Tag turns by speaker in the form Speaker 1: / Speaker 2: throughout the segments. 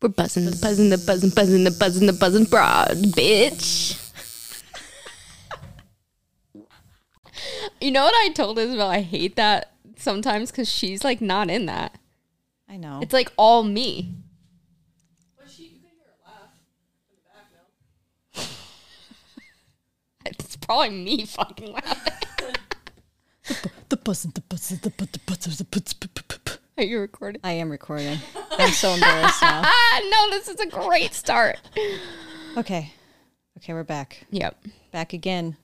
Speaker 1: We're buzzing, the buzzing, the buzzing, buzzing, the buzzing, the buzzing broad, bitch.
Speaker 2: You know what I told Isabel? I hate that sometimes because she's like not in that.
Speaker 3: I know.
Speaker 2: It's like all me. It's probably me fucking laughing.
Speaker 3: the buzz, the buzz, the buzz, the buzz, the buzz, the buzz.
Speaker 2: Are you recording?
Speaker 3: I am recording. I'm so embarrassed now.
Speaker 2: Ah, no, this is a great start.
Speaker 3: Okay. Okay, we're back.
Speaker 2: Yep.
Speaker 3: Back again.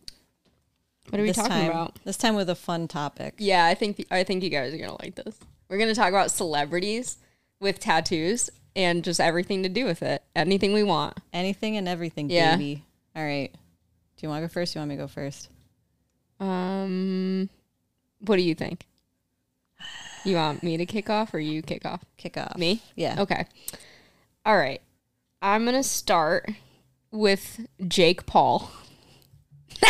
Speaker 2: What are we
Speaker 3: this
Speaker 2: talking
Speaker 3: time,
Speaker 2: about?
Speaker 3: This time with a fun topic.
Speaker 2: Yeah, I think I think you guys are gonna like this. We're gonna talk about celebrities with tattoos and just everything to do with it. Anything we want.
Speaker 3: Anything and everything,
Speaker 2: Yeah.
Speaker 3: baby. All right. Do you want to go first? Do you want me to go first?
Speaker 2: Um, what do you think? You want me to kick off or you kick off?
Speaker 3: Kick off.
Speaker 2: Me?
Speaker 3: Yeah.
Speaker 2: Okay. All right. I'm gonna start with Jake Paul. yeah,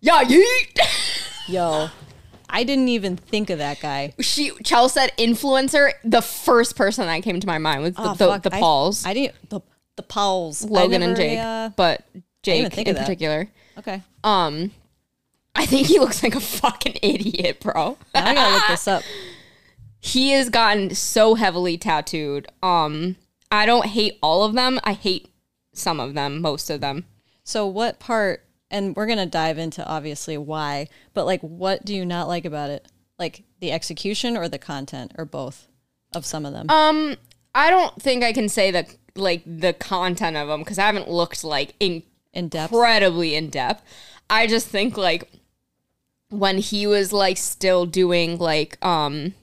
Speaker 2: yeet.
Speaker 3: Yo. I didn't even think of that guy.
Speaker 2: She Chelsea said influencer. The first person that came to my mind was the, the,
Speaker 3: Oh, fuck.
Speaker 2: the
Speaker 3: I-
Speaker 2: Pauls,
Speaker 3: I, didn't. The, the Pauls. I
Speaker 2: Logan and
Speaker 3: never,
Speaker 2: Jake,
Speaker 3: uh,
Speaker 2: but
Speaker 3: even
Speaker 2: Jake
Speaker 3: think
Speaker 2: in
Speaker 3: of that.
Speaker 2: particular.
Speaker 3: okay.
Speaker 2: Um, I think he looks like a fucking idiot, bro.
Speaker 3: Now I gotta look this up.
Speaker 2: he has gotten so heavily tattooed. Um, I don't hate all of them. I hate some of them, most of them.
Speaker 3: So what part and we're going to dive into obviously why, but like what do you not like about it? Like the execution or the content or both of some of them?
Speaker 2: Um, I don't think I can say that like the content of them because I haven't looked like
Speaker 3: in depth.
Speaker 2: incredibly in depth. I just think like when he was like still doing like um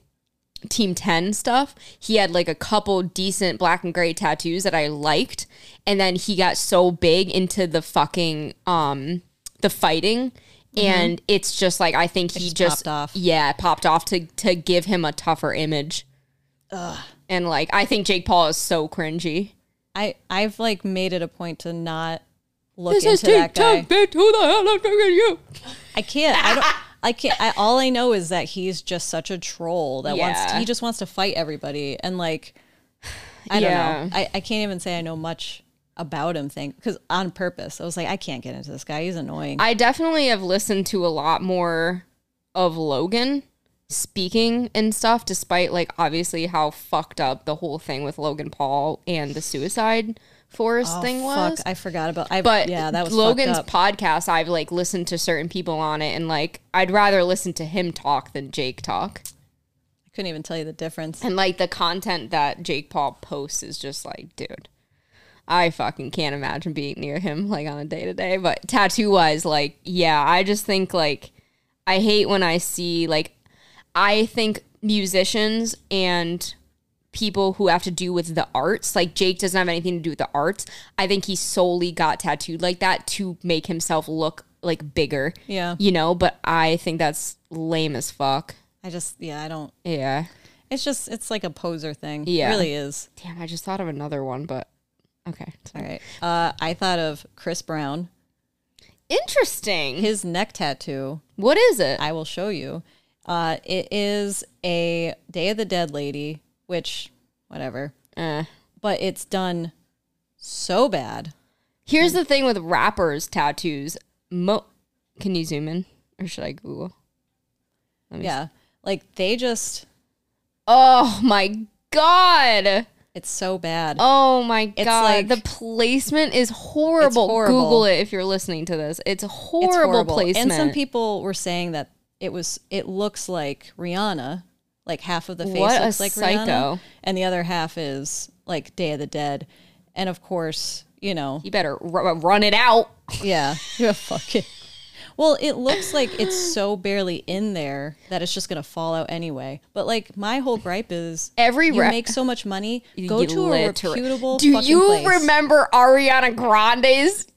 Speaker 2: Team 10 stuff, he had like a couple decent black and gray tattoos that I liked. And then he got so big into the fucking um the fighting. And it's just like I think he
Speaker 3: Mm-hmm. just
Speaker 2: just,
Speaker 3: popped off.
Speaker 2: Yeah, it popped off to to give him a tougher image. And like I think Jake Paul is so cringy.
Speaker 3: I I've like made it a point to not look
Speaker 2: This is
Speaker 3: into
Speaker 2: Team
Speaker 3: that
Speaker 2: 10,
Speaker 3: guy.
Speaker 2: bitch. Who the hell am you?
Speaker 3: I can't. I don't I can't. I, all I know is that he's just such a troll that wants.
Speaker 2: Yeah.
Speaker 3: He just wants to fight everybody, and like, I
Speaker 2: Yeah.
Speaker 3: don't know. I, I can't even say I know much about him. Thing because on purpose, I was like, I can't get into this guy. He's annoying.
Speaker 2: I definitely have listened to a lot more of Logan speaking and stuff, despite like obviously how fucked up the whole thing with Logan Paul and the suicide forest
Speaker 3: Oh,
Speaker 2: thing
Speaker 3: fuck,
Speaker 2: was.
Speaker 3: I forgot about. I,
Speaker 2: but
Speaker 3: yeah, that was
Speaker 2: Logan's
Speaker 3: Fucked up.
Speaker 2: podcast. I've like listened to certain people on it, and like I'd rather listen to him talk than Jake talk.
Speaker 3: I couldn't even tell you the difference.
Speaker 2: And like the content that Jake Paul posts is just like, dude, I fucking can't imagine being near him like on a day to day. But tattoo wise, like, yeah, I just think like I hate when I see like I think musicians and people who have to do with the arts, like Jake doesn't have anything to do with the arts. I think he solely got tattooed like that to make himself look like bigger.
Speaker 3: Yeah.
Speaker 2: You know, but I think that's lame as fuck.
Speaker 3: I just yeah, I don't.
Speaker 2: Yeah.
Speaker 3: It's just it's like a poser thing.
Speaker 2: Yeah.
Speaker 3: it really is.
Speaker 2: Damn, I just thought of another one, but okay. it's
Speaker 3: All
Speaker 2: fine.
Speaker 3: right. Uh, I thought of Chris Brown.
Speaker 2: Interesting.
Speaker 3: His neck tattoo.
Speaker 2: What is it?
Speaker 3: I will show you. Uh, it is a Day of the Dead lady, which whatever,
Speaker 2: Eh.
Speaker 3: but it's done so bad.
Speaker 2: Here's the thing with rappers' tattoos. Mo- Can you zoom in, or should I Google?
Speaker 3: Yeah, like they just
Speaker 2: Oh my god!
Speaker 3: it's so bad.
Speaker 2: Oh my god!
Speaker 3: like-
Speaker 2: the placement is horrible.
Speaker 3: horrible.
Speaker 2: Google it if you're listening to this. It's horrible,
Speaker 3: it's horrible.
Speaker 2: placement.
Speaker 3: And some people were saying that it was it looks like Rihanna, like half of the face
Speaker 2: What a
Speaker 3: looks like Rihanna,
Speaker 2: psycho.
Speaker 3: and the other half is like Day of the Dead, and of course, you know,
Speaker 2: you better ru- run it out.
Speaker 3: yeah, you're fucking. Well, it looks like it's so barely in there that it's just gonna fall out anyway. But like my whole gripe is
Speaker 2: Every
Speaker 3: you
Speaker 2: rep-
Speaker 3: make so much money, go
Speaker 2: You
Speaker 3: to a
Speaker 2: liter-
Speaker 3: reputable.
Speaker 2: Do
Speaker 3: fucking
Speaker 2: you
Speaker 3: place.
Speaker 2: remember Ariana Grande's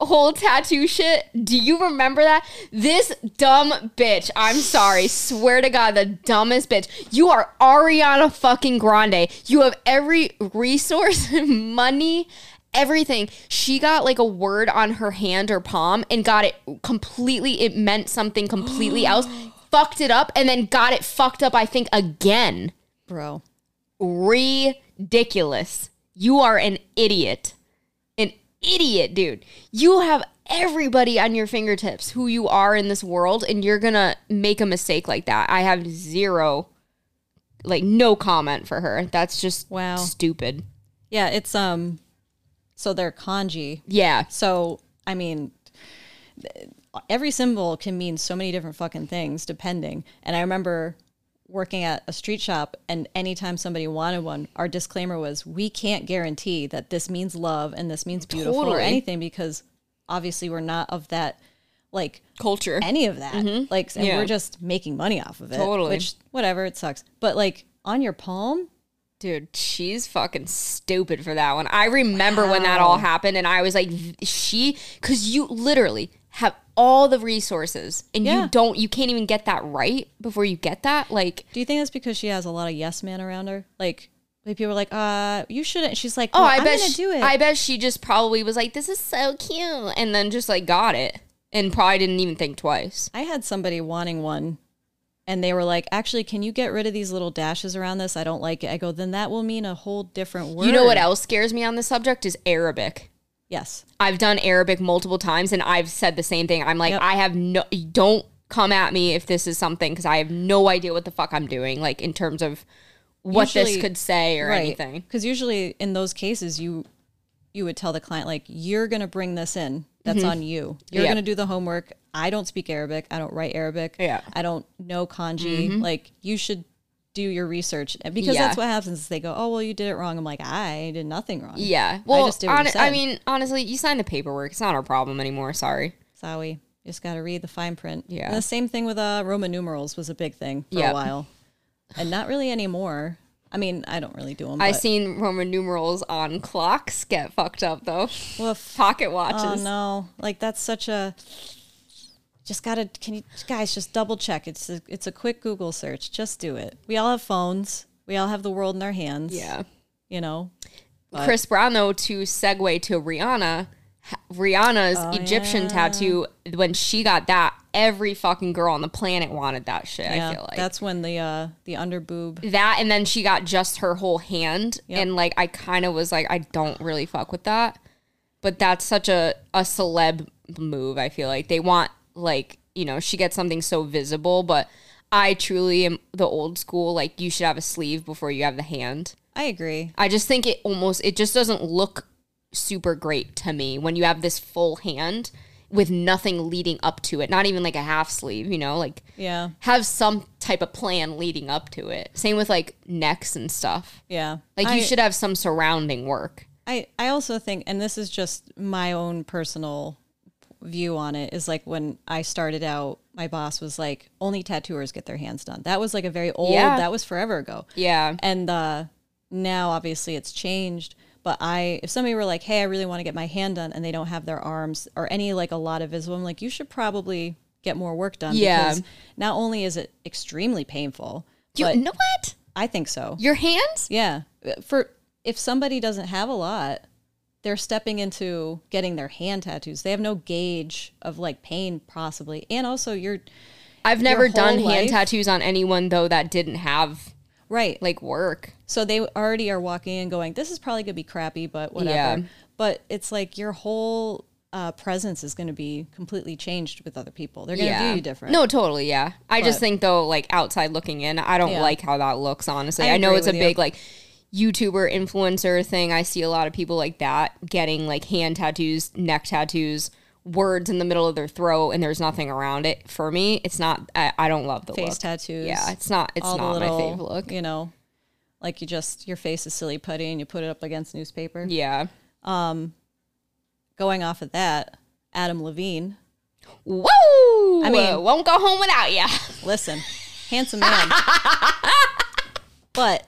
Speaker 2: whole tattoo shit? Do you remember that? This dumb bitch. I'm sorry. Swear to God, the dumbest bitch. You are Ariana fucking Grande. You have every resource, money. Everything. She got like a word on her hand or palm and got it completely, it meant something completely else, fucked it up, and then got it fucked up, I think, again.
Speaker 3: bro?
Speaker 2: ridiculous. You are an idiot. An idiot, dude. You have everybody on your fingertips who you are in this world, and you're gonna make a mistake like that. I have zero, like, no comment for her. That's just
Speaker 3: Wow.
Speaker 2: stupid.
Speaker 3: Yeah, it's um so they're kanji.
Speaker 2: Yeah.
Speaker 3: So I mean th- every symbol can mean so many different fucking things depending. And I remember working at a street shop and anytime somebody wanted one, our disclaimer was we can't guarantee that this means love and this means beautiful or
Speaker 2: Totally.
Speaker 3: anything because obviously we're not of that like
Speaker 2: Culture.
Speaker 3: any of that. Like, and
Speaker 2: Mm-hmm. Yeah.
Speaker 3: we're just making money off of it.
Speaker 2: Totally.
Speaker 3: Which, whatever, it sucks. But like on your palm,
Speaker 2: Dude, she's fucking stupid for that one. I remember when that all happened, and I was like, she, because you literally have all the resources, and
Speaker 3: Yeah.
Speaker 2: you don't, you can't even get that right before you get that. Like,
Speaker 3: do you think that's because she has a lot of yes men around her? Like, like people are like, uh, you shouldn't. She's like,
Speaker 2: oh,
Speaker 3: well,
Speaker 2: I
Speaker 3: I'm
Speaker 2: bet
Speaker 3: gonna
Speaker 2: she,
Speaker 3: do it.
Speaker 2: I bet she just probably was like, this is so cute, and then just like got it, and probably didn't even think twice.
Speaker 3: I had somebody wanting one and they were like, actually, can you get rid of these little dashes around this? I don't like it. I go, then that will mean a whole different word.
Speaker 2: You know what else scares me on this subject is Arabic.
Speaker 3: Yes.
Speaker 2: I've done Arabic multiple times and I've said the same thing. I'm like,
Speaker 3: Yep.
Speaker 2: I have no, don't come at me if this is something because I have no idea what the fuck I'm doing, like in terms of what
Speaker 3: Usually-
Speaker 2: this could say or anything.
Speaker 3: Because usually in those cases, you you would tell the client like, "You're going to bring this in. That's on you. You're
Speaker 2: Mm-hmm. Yeah.
Speaker 3: going to do the homework. I don't speak Arabic. I don't write Arabic.
Speaker 2: Yeah. Mm-hmm.
Speaker 3: I don't know kanji. Like, you should do your research And because
Speaker 2: Yeah.
Speaker 3: that's what happens. Is they go, "Oh, well, you did it wrong. I'm like, I did nothing wrong.
Speaker 2: Yeah. Well, I,
Speaker 3: just did what you
Speaker 2: I
Speaker 3: said.
Speaker 2: mean, honestly, you signed the paperwork. It's not our problem anymore. Sorry.
Speaker 3: Sorry. You just got to read the fine print.
Speaker 2: Yeah.
Speaker 3: And the same thing with uh, Roman numerals was a big thing for
Speaker 2: Yep.
Speaker 3: a while, and not really anymore. I mean, I don't really do them.
Speaker 2: I
Speaker 3: but-
Speaker 2: seen Roman numerals on clocks get fucked up though.
Speaker 3: Woof.
Speaker 2: Pocket
Speaker 3: Oh
Speaker 2: watches.
Speaker 3: no! Like that's such a. Just gotta. Can you guys just double check? It's a, it's a quick Google search. Just do it. We all have phones. We all have the world in our hands.
Speaker 2: Yeah.
Speaker 3: You know.
Speaker 2: Chris Brown, though, to segue to Rihanna, ha- Rihanna's
Speaker 3: Oh,
Speaker 2: Egyptian tattoo, when she got that, every fucking girl on the planet wanted that shit,
Speaker 3: Yeah.
Speaker 2: I feel like.
Speaker 3: That's when the uh the under boob.
Speaker 2: that and then she got just her whole hand and like I kind of was like I don't really fuck with that. But that's such a a celeb move, I feel like. They want like, you know, she gets something so visible, but I truly am the old school like you should have a sleeve before you have the hand.
Speaker 3: I agree.
Speaker 2: I just think it almost it just doesn't look super great to me when you have this full hand with nothing leading up to it. Not even like a half sleeve, you know, like
Speaker 3: Yeah.
Speaker 2: have some type of plan leading up to it. Same with like necks and stuff.
Speaker 3: Yeah.
Speaker 2: Like
Speaker 3: I-
Speaker 2: you should have some surrounding work.
Speaker 3: I, I also think, and this is just my own personal view on it, is like when I started out, my boss was like, only tattooers get their hands done. That was like a very old,
Speaker 2: Yeah.
Speaker 3: that was forever ago.
Speaker 2: Yeah.
Speaker 3: And uh, now obviously it's changed. But I, if somebody were like, hey, I really want to get my hand done and they don't have their arms or any like a lot of visible, I'm like, you should probably get more work done.
Speaker 2: Yeah.
Speaker 3: Because not only is it extremely painful,
Speaker 2: You
Speaker 3: but
Speaker 2: know what?
Speaker 3: I think so.
Speaker 2: Your hands?
Speaker 3: Yeah. For if somebody doesn't have a lot, they're stepping into getting their hand tattoos. They have no gauge of like pain possibly. And also you're
Speaker 2: I've never
Speaker 3: whole
Speaker 2: done
Speaker 3: life?
Speaker 2: hand tattoos on anyone though that didn't have
Speaker 3: right. Like
Speaker 2: like work.
Speaker 3: so they already are walking in going, This is probably gonna be crappy, but whatever.
Speaker 2: Yeah.
Speaker 3: But it's like your whole uh, presence is going to be completely changed with other people. They're going to view you different.
Speaker 2: No, totally. Yeah. I just
Speaker 3: But-
Speaker 2: think though, like outside looking in, I don't
Speaker 3: Yeah.
Speaker 2: like how that looks. Honestly,
Speaker 3: I
Speaker 2: I, know
Speaker 3: agree
Speaker 2: it's a
Speaker 3: with you.
Speaker 2: big like YouTuber influencer thing. I see a lot of people like that getting like hand tattoos, neck tattoos, words in the middle of their throat, and there's nothing around it. For me, it's not. I, I don't love the
Speaker 3: face
Speaker 2: look.
Speaker 3: tattoos.
Speaker 2: Yeah, it's not. It's
Speaker 3: all the
Speaker 2: not
Speaker 3: little,
Speaker 2: my fave look.
Speaker 3: You know, like you just your face is silly putty and you put it up against newspaper.
Speaker 2: Yeah.
Speaker 3: going off of that, Adam Levine.
Speaker 2: Whoa. I
Speaker 3: mean-
Speaker 2: mean, Uh, won't go home without ya.
Speaker 3: Listen, handsome man. but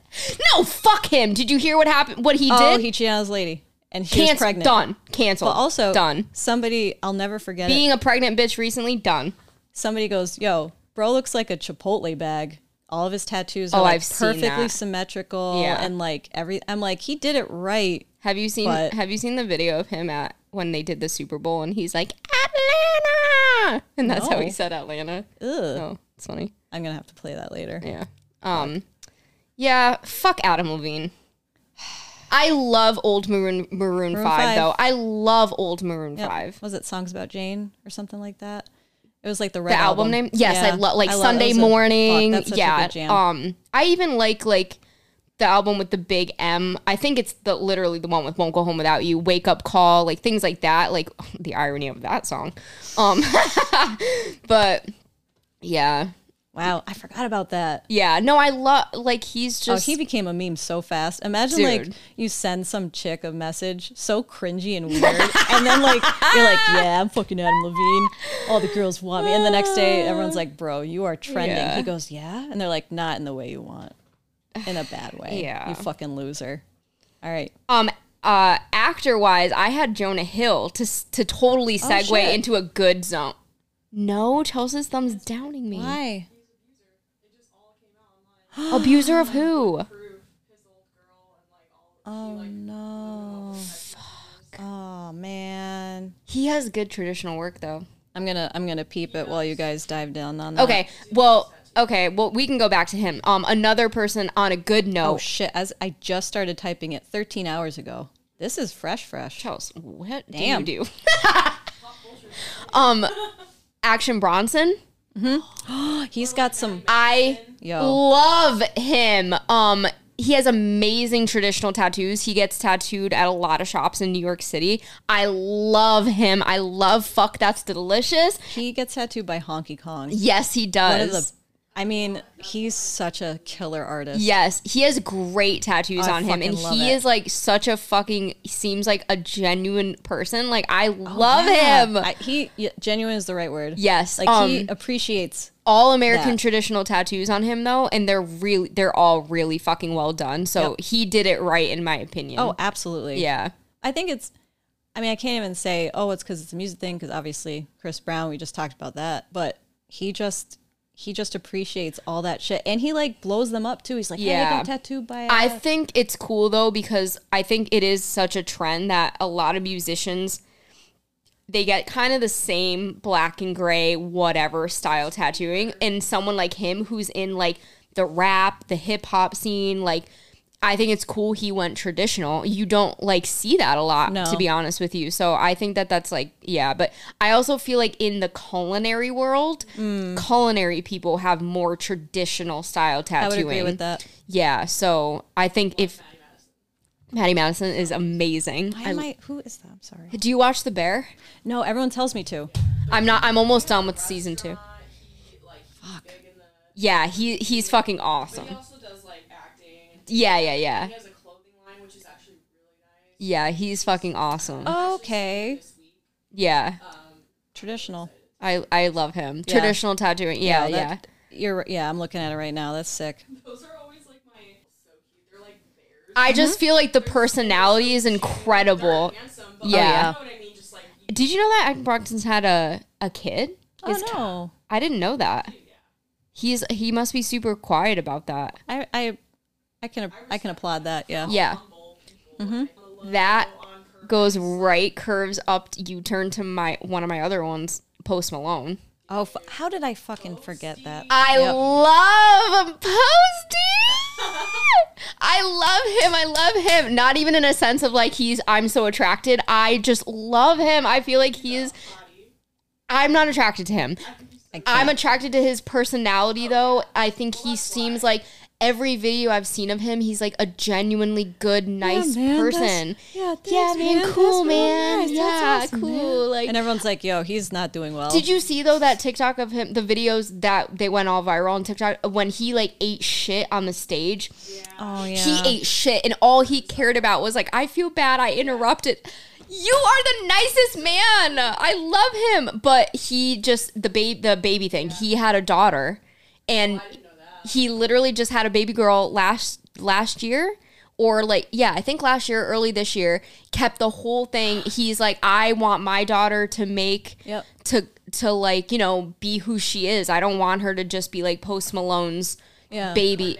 Speaker 2: No, fuck him. Did you hear what happened? What he
Speaker 3: oh,
Speaker 2: did?
Speaker 3: he cheated on his lady, and she was
Speaker 2: Cancel.
Speaker 3: pregnant.
Speaker 2: Done. Cancel.
Speaker 3: But also,
Speaker 2: done.
Speaker 3: Somebody I'll never forget. it.
Speaker 2: Being a pregnant bitch recently. Done.
Speaker 3: Somebody goes, "Yo, bro looks like a Chipotle bag. All of his tattoos are
Speaker 2: Oh,
Speaker 3: like
Speaker 2: I've seen
Speaker 3: perfectly
Speaker 2: that.
Speaker 3: symmetrical,
Speaker 2: Yeah.
Speaker 3: and like every." I'm like, he did it right.
Speaker 2: Have you seen
Speaker 3: But-
Speaker 2: Have you seen the video of him at when they did the Super Bowl and he's like Atlanta, and that's how
Speaker 3: No.
Speaker 2: he said Atlanta.
Speaker 3: Ugh.
Speaker 2: Oh, it's funny.
Speaker 3: I'm gonna have to play that later.
Speaker 2: Yeah. Um. Yeah, fuck Adam Levine. I love old Maroon Maroon, 5,
Speaker 3: five.
Speaker 2: though. I love old Maroon
Speaker 3: Yep.
Speaker 2: 5.
Speaker 3: Was it Songs About Jane or something like that? It was like the red
Speaker 2: The album, name? Yes, I love like Sunday morning. yeah. Um I even like like the album with the big M. I think it's the literally the one with Won't Go Home Without You, Wake Up Call, like things like that. Like the irony of that song. Um but yeah.
Speaker 3: wow, I forgot about that.
Speaker 2: Yeah. No, I love like he's
Speaker 3: Oh,
Speaker 2: just
Speaker 3: he became a meme so fast. Imagine like
Speaker 2: Dude.
Speaker 3: you send some chick a message so cringy and weird, and then like you're like, yeah, I'm fucking Adam Levine. All the girls want me, and the next day everyone's like, bro, you are trending.
Speaker 2: Yeah.
Speaker 3: He goes, yeah, and they're like, not in the way you want, in a bad way.
Speaker 2: Yeah.
Speaker 3: you fucking loser. All right,
Speaker 2: um uh actor wise i had jonah hill to s- to totally segue
Speaker 3: shit.
Speaker 2: into a good zone no chelsea's thumbs downing me
Speaker 3: why?
Speaker 2: abuser of who
Speaker 3: Oh no. Oh man.
Speaker 2: he has good traditional work though
Speaker 3: I'm gonna I'm gonna peep it while you guys dive down on that.
Speaker 2: okay well okay well we can go back to him um another person on a good note
Speaker 3: Oh shit! As I just started typing it 13 hours ago. This is fresh, fresh.
Speaker 2: Chelsea, what
Speaker 3: Damn.
Speaker 2: do you do um action bronson
Speaker 3: He's got some.
Speaker 2: I
Speaker 3: Yo.
Speaker 2: love him. Um, he has amazing traditional tattoos. He gets tattooed at a lot of shops in New York City. I love him. I love fuck that's delicious.
Speaker 3: He gets tattooed by Honky Kong.
Speaker 2: Yes, he
Speaker 3: One
Speaker 2: does.
Speaker 3: of the. I mean, he's such a killer artist.
Speaker 2: yes, he has great tattoos
Speaker 3: I
Speaker 2: on him,
Speaker 3: fucking
Speaker 2: and
Speaker 3: love
Speaker 2: he
Speaker 3: it.
Speaker 2: is like such a fucking seems like a genuine person. Like I love
Speaker 3: Oh, Yeah.
Speaker 2: him.
Speaker 3: I, he yeah, genuine is the right word.
Speaker 2: yes,
Speaker 3: Like
Speaker 2: um,
Speaker 3: he appreciates.
Speaker 2: all American
Speaker 3: that.
Speaker 2: traditional tattoos on him though, and they're really they're all really fucking well done. So he did it right in my opinion.
Speaker 3: Oh, absolutely.
Speaker 2: yeah.
Speaker 3: I think it's. I mean, I can't even say, oh, it's because it's a music thing, because obviously Chris Brown, we just talked about that, but he just he just appreciates all that shit, and he like blows them up too. He's like, yeah, hey, I
Speaker 2: Yeah.
Speaker 3: got tattooed by.
Speaker 2: I
Speaker 3: uh,
Speaker 2: think it's cool though because I think it is such a trend that a lot of musicians they get kind of the same black and gray whatever style tattooing and someone like him who's in like the rap, the hip hop scene like I think it's cool he went traditional. You don't like see that a lot
Speaker 3: No.
Speaker 2: to be honest with you. So I think that that's like yeah, but I also feel like in the culinary world,
Speaker 3: Mm.
Speaker 2: culinary people have more traditional style
Speaker 3: I would
Speaker 2: tattooing.
Speaker 3: agree with that.
Speaker 2: Yeah, so I think if Maddie Madison is amazing.
Speaker 3: Why
Speaker 2: I-
Speaker 3: am I? Who is that? I'm sorry.
Speaker 2: do you watch The Bear?
Speaker 3: No, everyone tells me to.
Speaker 2: I'm not. I'm almost done with season two. Yeah, he he's fucking awesome.
Speaker 4: He also does like acting.
Speaker 2: Yeah, yeah, yeah,
Speaker 4: He has a clothing line, which is actually really nice.
Speaker 2: yeah. He's fucking awesome.
Speaker 3: Oh. Okay,
Speaker 2: Yeah,
Speaker 3: traditional.
Speaker 2: I I love him.
Speaker 3: Yeah.
Speaker 2: Traditional tattooing. Yeah, yeah.
Speaker 3: that- You're right- yeah. I'm looking at it right now. That's sick.
Speaker 4: Those are always like my so cute. They're like bears.
Speaker 2: I
Speaker 3: Mm-hmm.
Speaker 2: just feel like the personality is incredible.
Speaker 4: Handsome, but
Speaker 2: Yeah.
Speaker 4: like, you know what I mean? Just like you
Speaker 2: Did you know that Action Broxton's had a a kid?
Speaker 3: Oh
Speaker 2: His-
Speaker 3: no,
Speaker 2: I didn't know that. He's he must be super quiet about that.
Speaker 3: I I I can I can applaud that. Yeah.
Speaker 2: Yeah. Mm-hmm.
Speaker 4: humble people.
Speaker 2: that goes right curves up you turn to my one of my other ones post malone
Speaker 3: Oh, f- how did I fucking forget that?
Speaker 2: i
Speaker 3: Yep.
Speaker 2: love posty i love him i love him not even in a sense of like he's i'm so attracted i just love him i feel like he is i'm not attracted to him
Speaker 3: I can't.
Speaker 2: i'm attracted to his personality though i think he seems like every video i've seen of him he's like a genuinely good nice person
Speaker 3: yeah,
Speaker 2: yeah, man, cool, man. yeah, cool. Like,
Speaker 3: And everyone's like, "Yo, he's not doing well."
Speaker 2: did you see though that TikTok of him? The videos that they went all viral on TikTok of when he like ate shit on the stage.
Speaker 3: Oh yeah.
Speaker 2: He ate shit, and all he cared about was like, "I feel bad. I interrupted." You are the nicest man. I love him, but he just the babe the baby thing. He had a daughter, and
Speaker 3: Oh,
Speaker 2: he literally just had a baby girl last last year or like yeah i think last year early this year kept the whole thing he's like i want my daughter to make
Speaker 3: Yep.
Speaker 2: to to like you know be who she is i don't want her to just be like post malone's
Speaker 3: Yeah.
Speaker 2: baby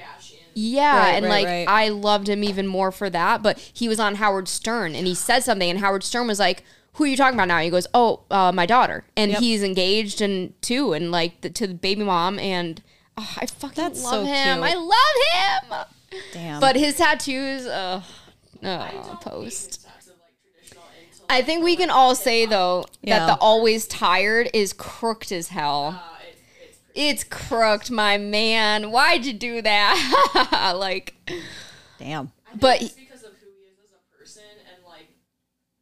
Speaker 2: yeah
Speaker 3: Right,
Speaker 2: and
Speaker 3: right,
Speaker 2: like
Speaker 3: right.
Speaker 2: i loved him even more for that but he was on howard stern and he said something and howard stern was like who are you talking about now he goes oh uh, my daughter and
Speaker 3: Yep.
Speaker 2: he's engaged and too and like the, to the baby mom and oh, i fucking
Speaker 3: That's
Speaker 2: love
Speaker 3: so
Speaker 2: him
Speaker 3: cute.
Speaker 2: i love him
Speaker 3: Damn.
Speaker 2: But his tattoos, uh, oh, post. I think we can all say though
Speaker 3: Yeah.
Speaker 2: that the always tired is crooked as hell. Uh, It's crooked, my man. Why'd you do that? like,
Speaker 3: damn.
Speaker 2: but
Speaker 4: It's because of who he is as a person and like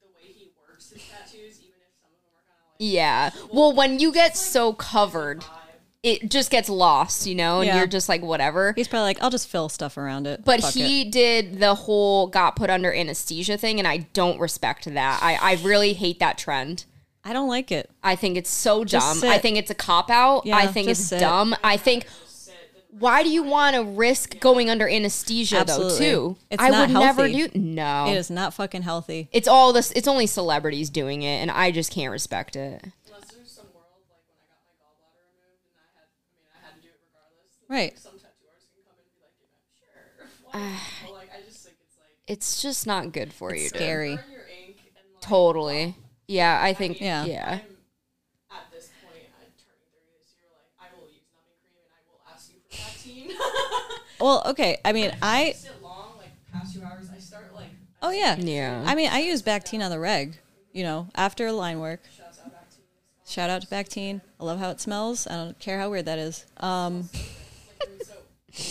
Speaker 4: the way he works his tattoos, even if some of them are kind of like
Speaker 2: yeah. Well, when you get so covered, it just gets lost, you know, and
Speaker 3: Yeah.
Speaker 2: you're just like whatever.
Speaker 3: He's probably like, I'll just fill stuff around it.
Speaker 2: But
Speaker 3: Fuck it."
Speaker 2: he did the whole got put under anesthesia thing, and I don't respect that. I, I really hate that trend.
Speaker 3: I don't like it.
Speaker 2: I think it's so
Speaker 3: Just
Speaker 2: dumb.
Speaker 3: sit.
Speaker 2: I think it's a cop out.
Speaker 3: Yeah,
Speaker 2: I think
Speaker 3: just
Speaker 2: it's
Speaker 3: sit.
Speaker 2: dumb. I think why do you want to risk going under anesthesia
Speaker 3: Absolutely.
Speaker 2: though too?
Speaker 3: It's
Speaker 2: I
Speaker 3: not
Speaker 2: would never
Speaker 3: healthy.
Speaker 2: do no.
Speaker 3: It is not fucking healthy.
Speaker 2: It's all this it's only celebrities doing it and I just can't respect it.
Speaker 4: unless there's some world like when I got my gallbladder removed and I had I mean I had to do it regardless.
Speaker 3: Right.
Speaker 4: Some tattoo artists can come in and be like, yeah, sure. Why? but like I just think it's like
Speaker 2: It's just not good for you. dude.
Speaker 3: Scary.
Speaker 4: burn your ink and like
Speaker 2: Totally. Yeah, I think
Speaker 3: Yeah.
Speaker 2: yeah.
Speaker 4: I'm at this point I'm turning thirty this year, like I will use numbing cream and I will ask you for vaccine.
Speaker 3: Well, okay. I mean, I.
Speaker 4: sit long, like past two hours, I start like
Speaker 3: Oh yeah.
Speaker 2: Yeah.
Speaker 3: I mean, I use Bactine on the reg. You know, after line work. Shout out to Bactine. I love how it smells. I don't care how weird that is. Um,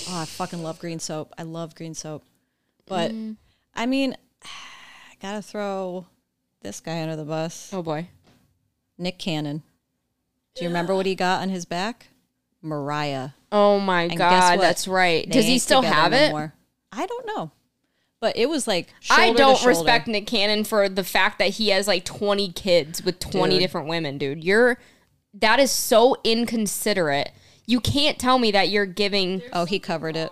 Speaker 3: oh, I fucking love green soap. I love green soap. But
Speaker 2: Mm-hmm.
Speaker 3: I mean, I gotta throw this guy under the bus.
Speaker 2: Oh boy.
Speaker 3: Nick Cannon. Do you remember what he got on his back? Mariah.
Speaker 2: Oh my
Speaker 3: And guess
Speaker 2: god,
Speaker 3: what?
Speaker 2: that's right.
Speaker 3: They
Speaker 2: Does he
Speaker 3: ain't
Speaker 2: still
Speaker 3: together
Speaker 2: have
Speaker 3: no
Speaker 2: it?
Speaker 3: more. I don't know. But it was like
Speaker 2: I
Speaker 3: shoulder to
Speaker 2: don't
Speaker 3: shoulder.
Speaker 2: respect Nick Cannon for the fact that he has like 20 kids with 20
Speaker 3: Dude.
Speaker 2: different women, dude. You're that is so inconsiderate. You can't tell me that you're giving
Speaker 3: Oh, he covered it.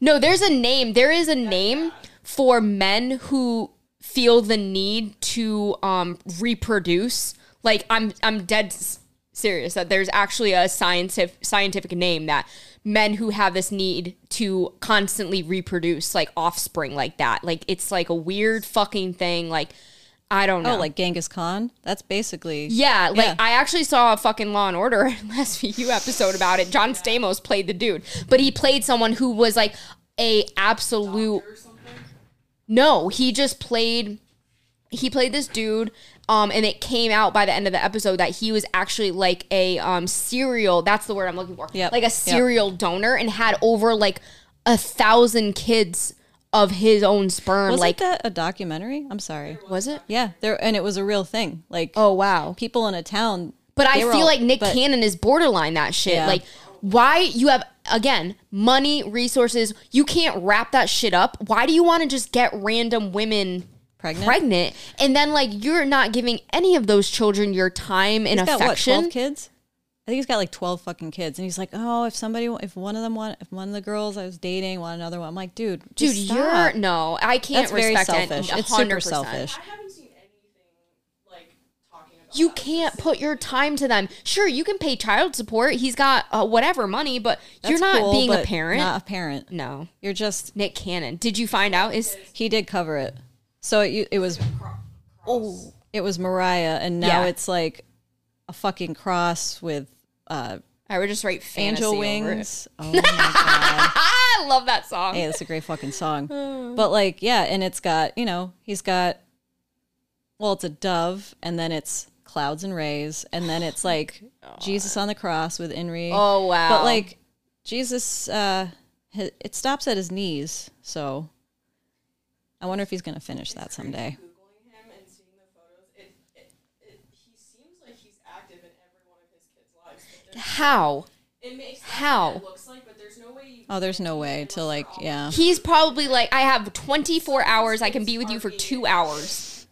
Speaker 2: No, there's a name. There is a name for men who feel the need to um reproduce. Like I'm I'm dead s- serious that there's actually a scientific scientific name that men who have this need to constantly reproduce like offspring like that. Like it's like a weird fucking thing like I don't know.
Speaker 3: Oh, like Genghis Khan? That's basically
Speaker 2: yeah, like
Speaker 3: Yeah.
Speaker 2: I actually saw a fucking Law and Order last few episode about it. John Stamos played the dude, but he played someone who was like a absolute no. He just played he played this dude, um, and it came out by the end of the episode that he was actually like a um serial. That's the word I'm looking for.
Speaker 3: Yep.
Speaker 2: like a
Speaker 3: Yep.
Speaker 2: serial donor and had over like a thousand kids of his own sperm.
Speaker 3: Wasn't
Speaker 2: like
Speaker 3: that a documentary? I'm sorry.
Speaker 2: was it?
Speaker 3: Yeah, there and it was a real thing. Like
Speaker 2: Oh wow.
Speaker 3: people in a town.
Speaker 2: But I
Speaker 3: they were
Speaker 2: feel
Speaker 3: all-
Speaker 2: like Nick
Speaker 3: but-
Speaker 2: Cannon is borderline that shit.
Speaker 3: Yeah.
Speaker 2: Like, why you have again money, resources? You can't wrap that shit up. Why do you want to just get random women
Speaker 3: Pregnant?
Speaker 2: pregnant, and then like you're not giving any of those children your time and
Speaker 3: He's got what?
Speaker 2: affection?
Speaker 3: Twelve kids. I think he's got like twelve fucking kids, and he's like, "Oh, if somebody, if one of them, want, if one of the girls I was dating, want another one, I'm like, dude,
Speaker 2: Dude,
Speaker 3: just stop.
Speaker 2: you're no. I can't
Speaker 3: That's very
Speaker 2: respect it.
Speaker 3: selfish. It's super
Speaker 2: 100%.
Speaker 3: selfish.
Speaker 4: I haven't seen anything like talking about
Speaker 2: You
Speaker 4: that.
Speaker 2: can't put your time to them. Sure, you can pay child support. He's got uh, whatever money, but you're
Speaker 3: That's
Speaker 2: not
Speaker 3: cool,
Speaker 2: being a
Speaker 3: but
Speaker 2: parent.
Speaker 3: Not a parent.
Speaker 2: no,
Speaker 3: You're just
Speaker 2: Nick Cannon. Did you find out? Is
Speaker 3: he did cover it, so it, it was
Speaker 2: oh
Speaker 3: it was Mariah, and now
Speaker 2: Yeah.
Speaker 3: it's like a fucking cross with uh,
Speaker 2: I would just write fantasy
Speaker 3: angel
Speaker 2: over it.
Speaker 3: wings. Oh my god.
Speaker 2: I love that song.
Speaker 3: hey, that's a great fucking song. but like, yeah, and it's got, you know, he's got well, it's a dove and then it's clouds and rays and then it's like Jesus on the cross with Inri.
Speaker 2: Oh, wow.
Speaker 3: But like Jesus uh hi- it stops at his knees, so I wonder if he's going to finish that someday.
Speaker 4: Googling him and seeing the photos. It, it, it, he seems like he's active in every one of his kids' lives. but there-
Speaker 2: How?
Speaker 4: It makes sense
Speaker 2: How?
Speaker 4: what it looks like, but there's no way you
Speaker 3: Oh, there's no way to like, yeah.
Speaker 2: He's probably like, I have 24 hours. I can be with you for two hours.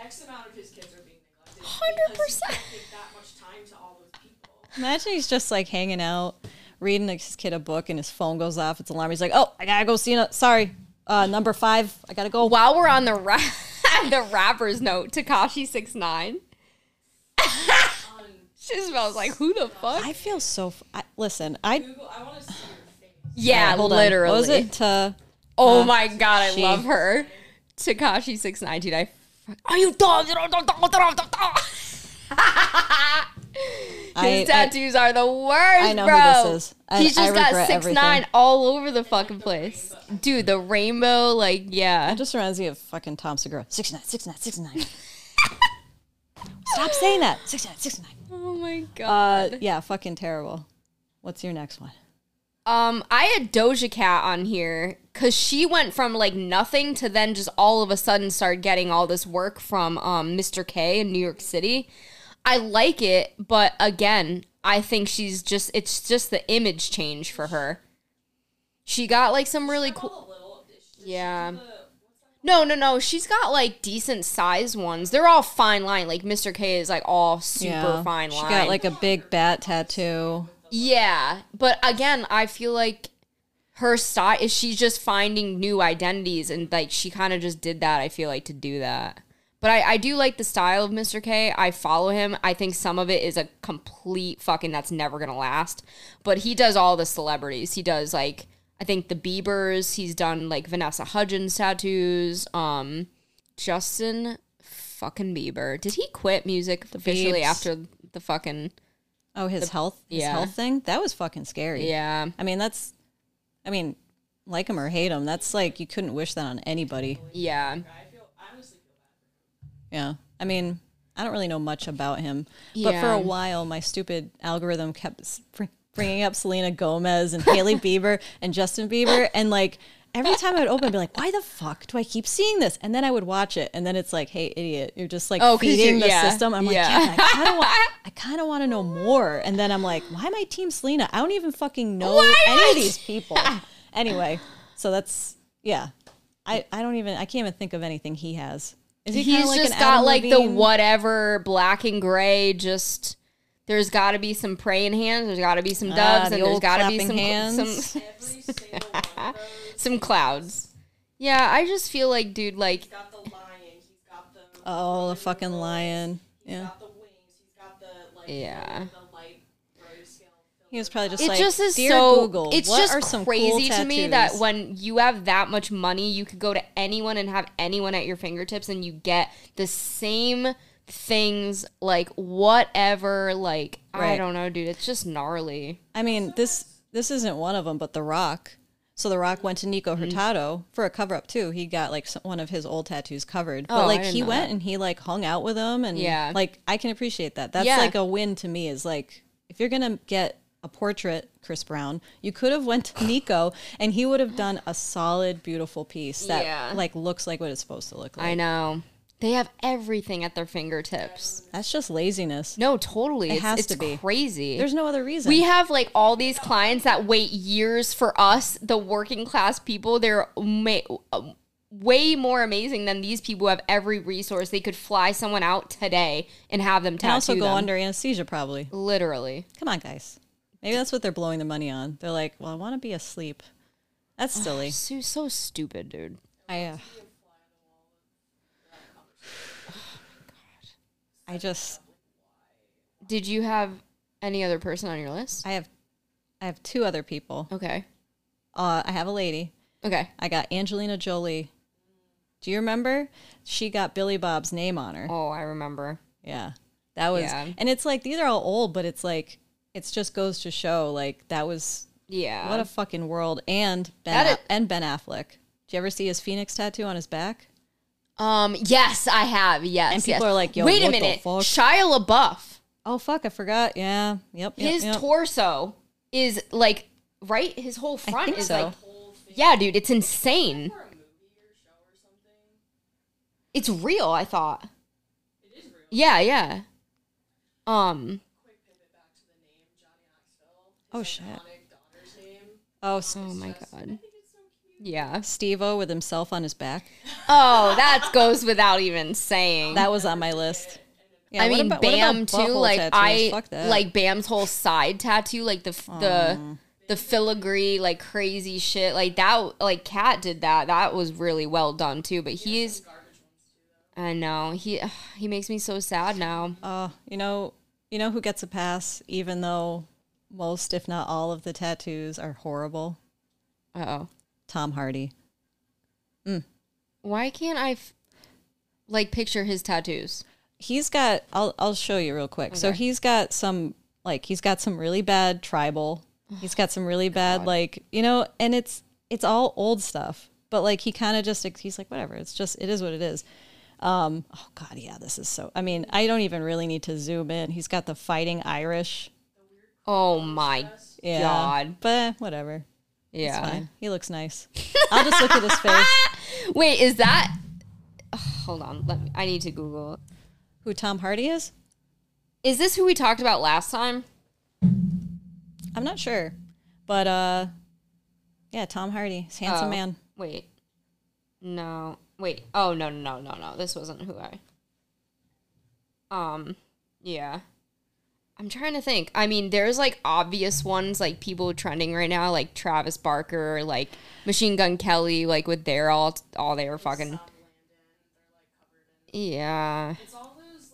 Speaker 4: X amount of his kids are being neglected.
Speaker 2: 100%.
Speaker 4: Because you can't take that much time to all those people.
Speaker 3: Imagine he's just like hanging out, reading like, his kid a book, and his phone goes off. It's alarm. He's like, "Oh, I gotta go see. No- sorry, uh, number five. I gotta go."
Speaker 2: While we're on the ra- the rapper's note, Takashi Six Nine. Just was like, who the fuck?
Speaker 3: I feel so. F- I, listen, I
Speaker 4: Google, I want to see your face.
Speaker 2: Yeah,
Speaker 3: hold on.
Speaker 2: literally.
Speaker 3: What was it? To,
Speaker 2: Oh my god, I
Speaker 3: she-
Speaker 2: love her. Takashi Six Nine, dude. I. Are you dumb?
Speaker 3: I- I-
Speaker 2: His tattoos are the worst,
Speaker 3: I know who
Speaker 2: bro.
Speaker 3: this is. I-
Speaker 2: He's
Speaker 3: I
Speaker 2: just got
Speaker 3: regret
Speaker 2: six
Speaker 3: everything.
Speaker 2: nine all over the fucking place, dude. The rainbow, like, yeah.
Speaker 3: It just reminds me of fucking Tom Segura. Six nine, six nine, six nine. Stop saying that. Six nine, six nine.
Speaker 2: Oh my
Speaker 3: Uh,
Speaker 2: god.
Speaker 3: yeah, fucking terrible. What's your next one?
Speaker 2: um, I had Doja Cat on here because she went from like nothing to then just all of a sudden started getting all this work from um Mr. K in New York City. I like it, but again, I think she's just it's just the image change for her. She got like some really cool.
Speaker 4: A little. It's
Speaker 2: Yeah. No, no, no. She's got like decent size ones. They're all fine line. Like Mr. K is like all super fine
Speaker 3: she
Speaker 2: line.
Speaker 3: got like a big bat tattoo.
Speaker 2: yeah. But again, I feel like her style is she's just finding new identities and like she kind of just did that. I feel like to do that. But I, I do like the style of Mr. K. I follow him. I think some of it is a complete fucking that's never gonna last. But he does all the celebrities. He does like I think the Biebers. He's done like Vanessa Hudgens tattoos. Um, Justin fucking Bieber. Did he quit music officially
Speaker 3: Biebs.
Speaker 2: after the fucking
Speaker 3: Oh, his health, his
Speaker 2: yeah.
Speaker 3: health thing. That was fucking scary.
Speaker 2: yeah?
Speaker 3: I mean, that's, I mean, like him or hate him, that's like you couldn't wish that on anybody.
Speaker 2: Yeah.
Speaker 3: Yeah. I mean, I don't really know much about him, but for
Speaker 2: Yeah.
Speaker 3: a while, my stupid algorithm kept s- br- bringing up Selena Gomez and Haley Bieber and Justin Bieber, and like every time I would open, I'd be like, "Why the fuck do I keep seeing this?" And then I would watch it, and then it's like, "Hey, idiot, you're just like
Speaker 2: Oh, 'cause
Speaker 3: feeding
Speaker 2: you're-
Speaker 3: the
Speaker 2: yeah,
Speaker 3: system." I'm
Speaker 2: yeah.
Speaker 3: like, "Yeah, I kind of want, I kind of want to know more." And then I'm like, "Why am I Team Selena? I don't even fucking know
Speaker 2: Why am
Speaker 3: any
Speaker 2: I-
Speaker 3: of these people." anyway, so that's yeah. I, I don't even I can't even think of anything he has. Is he kinda
Speaker 2: he's
Speaker 3: like an
Speaker 2: just got
Speaker 3: Adam
Speaker 2: like the
Speaker 3: Levine?
Speaker 2: whatever black and gray just there's got to be some praying hands there's got to be some
Speaker 3: Ah,
Speaker 2: doves
Speaker 3: the
Speaker 2: and there's
Speaker 3: old
Speaker 2: got to be
Speaker 3: clapping
Speaker 2: some,
Speaker 3: hands.
Speaker 2: some
Speaker 4: Every single one of those.
Speaker 2: some clouds yeah i just feel like dude like
Speaker 4: He's got the lion. He's got the.
Speaker 3: Oh, the fucking lion.
Speaker 4: He's
Speaker 3: Yeah.
Speaker 4: got the wings. He's got the like.
Speaker 2: Yeah.
Speaker 4: The light grayscale.
Speaker 3: He was probably just
Speaker 2: it
Speaker 3: like,
Speaker 2: just is
Speaker 3: Dear
Speaker 2: so
Speaker 3: Google,
Speaker 2: it's
Speaker 3: what
Speaker 2: just
Speaker 3: are some
Speaker 2: crazy
Speaker 3: cool
Speaker 2: to me that
Speaker 3: tattoos?"
Speaker 2: when you have that much money you could go to anyone and have anyone at your fingertips and you get the same things like whatever like i
Speaker 3: Right.
Speaker 2: don't know dude it's just gnarly
Speaker 3: I mean, this this isn't one of them, but The Rock. So The Rock went to Nico
Speaker 2: Mm-hmm.
Speaker 3: Hurtado for a cover up too. He got like some, one of his old tattoos covered,
Speaker 2: Oh, I
Speaker 3: but like
Speaker 2: didn't
Speaker 3: he
Speaker 2: know
Speaker 3: went
Speaker 2: that.
Speaker 3: and he like hung out with him, and
Speaker 2: Yeah.
Speaker 3: like I can appreciate that. That's
Speaker 2: Yeah.
Speaker 3: like a win to me. Is like if you're gonna get a portrait, Chris Brown, you could have went to Nico, and he would have done a solid, beautiful piece that
Speaker 2: Yeah.
Speaker 3: like looks like what it's supposed to look like.
Speaker 2: I know. They have everything at their fingertips.
Speaker 3: That's just laziness.
Speaker 2: No, totally.
Speaker 3: It
Speaker 2: it's,
Speaker 3: has
Speaker 2: it's
Speaker 3: to be.
Speaker 2: crazy.
Speaker 3: There's no other reason.
Speaker 2: we have like all these clients that wait years for us, the working class people. They're ma- uh, way more amazing than these people who have every resource. They could fly someone out today and have them tattoo
Speaker 3: and also go
Speaker 2: them.
Speaker 3: under anesthesia probably.
Speaker 2: Literally.
Speaker 3: Come on, guys. Maybe that's what they're blowing their money on. They're like, well, I want to be asleep. That's silly.
Speaker 2: Oh, So, so stupid, dude.
Speaker 3: I, uh, I just,
Speaker 2: Did you have any other person on your list?
Speaker 3: I have, I have two other people.
Speaker 2: Okay.
Speaker 3: Uh, I have a lady.
Speaker 2: Okay.
Speaker 3: I got Angelina Jolie. Do you remember? She got Billy Bob's name on her.
Speaker 2: Oh, I remember.
Speaker 3: Yeah. That was,
Speaker 2: Yeah.
Speaker 3: and it's like, these are all old, but it's like, it's just goes to show like that was
Speaker 2: Yeah.
Speaker 3: What a fucking world! And Ben
Speaker 2: That
Speaker 3: A-
Speaker 2: is-
Speaker 3: and Ben Affleck. Did you ever see his phoenix tattoo on his back?
Speaker 2: Um. Yes, I have. Yes.
Speaker 3: And people
Speaker 2: yes.
Speaker 3: are like, yo,
Speaker 2: wait a
Speaker 3: what the
Speaker 2: minute,
Speaker 3: fuck?
Speaker 2: Shia LaBeouf,
Speaker 3: Oh fuck, I forgot. Yeah, yep. yep,
Speaker 2: his
Speaker 3: yep.
Speaker 2: torso is like right. His whole front
Speaker 3: think
Speaker 2: is
Speaker 3: so.
Speaker 2: like, yeah, dude, it's insane. It's real. I thought. Yeah. Yeah. Um.
Speaker 3: oh shit. Oh,
Speaker 2: Oh my god. Yeah.
Speaker 3: Steve O with himself on his back.
Speaker 2: Oh, that goes without even saying.
Speaker 3: That was on my list. Yeah,
Speaker 2: I
Speaker 3: what
Speaker 2: mean,
Speaker 3: about- what about
Speaker 2: Bam too.
Speaker 3: butthole
Speaker 2: Like
Speaker 3: tattoos?
Speaker 2: I
Speaker 3: Fuck that.
Speaker 2: like Bam's whole side tattoo, like the f the the filigree, like crazy shit. Like that, like Cat did that. That was really well done too. But he is, I know he he makes me so sad now.
Speaker 3: Uh, you know, you know who gets a pass, even though most, if not all, of the tattoos are horrible.
Speaker 2: Oh,
Speaker 3: Tom Hardy.
Speaker 2: why can't I f- like picture his tattoos?
Speaker 3: he's got I'll I'll show you real quick. So he's got some like he's got some really bad tribal. He's got some really bad like, you know, and it's it's all old stuff. But like he kind of just he's like whatever. It's just it is what it is. Um oh god, yeah, this is so I mean, I don't even really need to zoom in. He's got the fighting Irish.
Speaker 2: Oh my
Speaker 3: Yeah.
Speaker 2: god.
Speaker 3: But whatever. It's
Speaker 2: Yeah.
Speaker 3: fine. He looks nice. I'll just look at his face.
Speaker 2: Wait, is that? Ugh, hold on. Let me. I need to Google. it.
Speaker 3: Who Tom Hardy is?
Speaker 2: Is this who we talked about last time?
Speaker 3: I'm not sure. But uh yeah, Tom Hardy. He's a handsome
Speaker 2: Oh.
Speaker 3: man.
Speaker 2: Wait. No. Wait. Oh no no no no no. This wasn't who I. Um. Yeah. I'm trying to think. I mean, there's like obvious ones like people trending right now, like Travis Barker, like Machine Gun Kelly, like with their all all they were fucking. Yeah.
Speaker 4: It's all those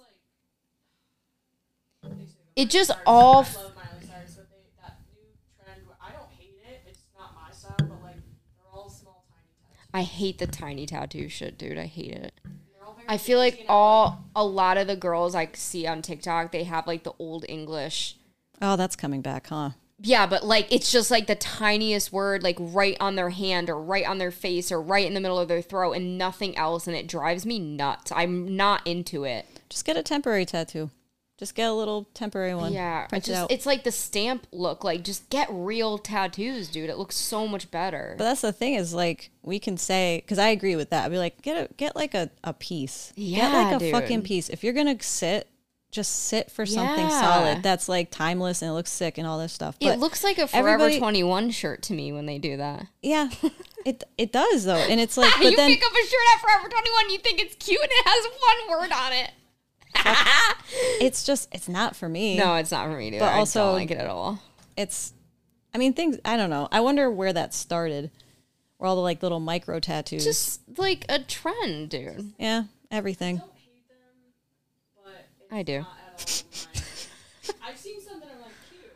Speaker 4: like
Speaker 2: It just all.
Speaker 4: I
Speaker 2: f-
Speaker 4: love Miley Cyrus, but they that new trend. where- I don't hate it. It's not my style, but like they're all small, tiny tattoos.
Speaker 2: I hate the tiny tattoo shit, dude. I hate it.
Speaker 4: They're all very
Speaker 2: I feel like all a lot of the girls I see on TikTok, they have like the old English.
Speaker 3: Oh, that's coming back, huh?
Speaker 2: Yeah, but like it's just like the tiniest word, like right on their hand or right on their face or right in the middle of their throat and nothing else. And it drives me nuts. I'm not into it.
Speaker 3: Just get a temporary tattoo. Just get a little temporary one.
Speaker 2: Yeah.
Speaker 3: print
Speaker 2: It's,
Speaker 3: it
Speaker 2: just,
Speaker 3: out.
Speaker 2: it's like the stamp look. Like just get real tattoos, dude. It looks so much better.
Speaker 3: but that's the thing is like we can say because I agree with that. I'd be like, get a get like a, a piece. get
Speaker 2: Yeah,
Speaker 3: like a
Speaker 2: dude.
Speaker 3: fucking piece. If you're gonna sit, just sit for something
Speaker 2: Yeah.
Speaker 3: solid that's like timeless and it looks sick and all this stuff. But
Speaker 2: it looks like a Forever
Speaker 3: everybody-
Speaker 2: 21 shirt to me when they do that.
Speaker 3: yeah, it it does though, and it's like, but
Speaker 2: you
Speaker 3: then
Speaker 2: pick up a shirt at Forever 21, you think it's cute and it has one word on it.
Speaker 3: it's just it's not for me.
Speaker 2: No, it's not for me to.
Speaker 3: But
Speaker 2: I
Speaker 3: also-
Speaker 2: don't like it at all.
Speaker 3: it's I mean things I don't know. I wonder where that started. Where all the like little micro tattoos.
Speaker 2: Just like a trend, dude.
Speaker 3: yeah, everything.
Speaker 4: but it's
Speaker 2: I do.
Speaker 4: not at all. My, I've seen something. I'm like cute.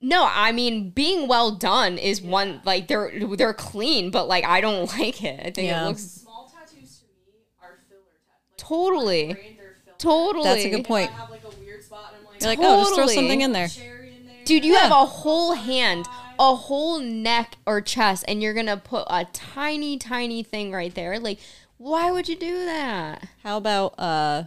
Speaker 2: No, I mean being well done is one like they're they're clean, but like I don't like it. I think
Speaker 3: Yeah.
Speaker 2: it looks
Speaker 4: Small tattoos to me are filler tattoos. Like,
Speaker 2: totally,
Speaker 4: brain, they're filler.
Speaker 2: totally.
Speaker 3: That's a good point.
Speaker 4: I have like a weird spot, and I'm like,
Speaker 3: You're like,
Speaker 4: like
Speaker 3: oh, just throw
Speaker 2: Totally.
Speaker 3: something in there.
Speaker 4: cherry in there.
Speaker 2: Dude, you have
Speaker 3: Yeah.
Speaker 2: a whole hand, a whole neck or chest, and you're gonna put a tiny, tiny thing right there. Like, why would you do that?
Speaker 3: How about uh,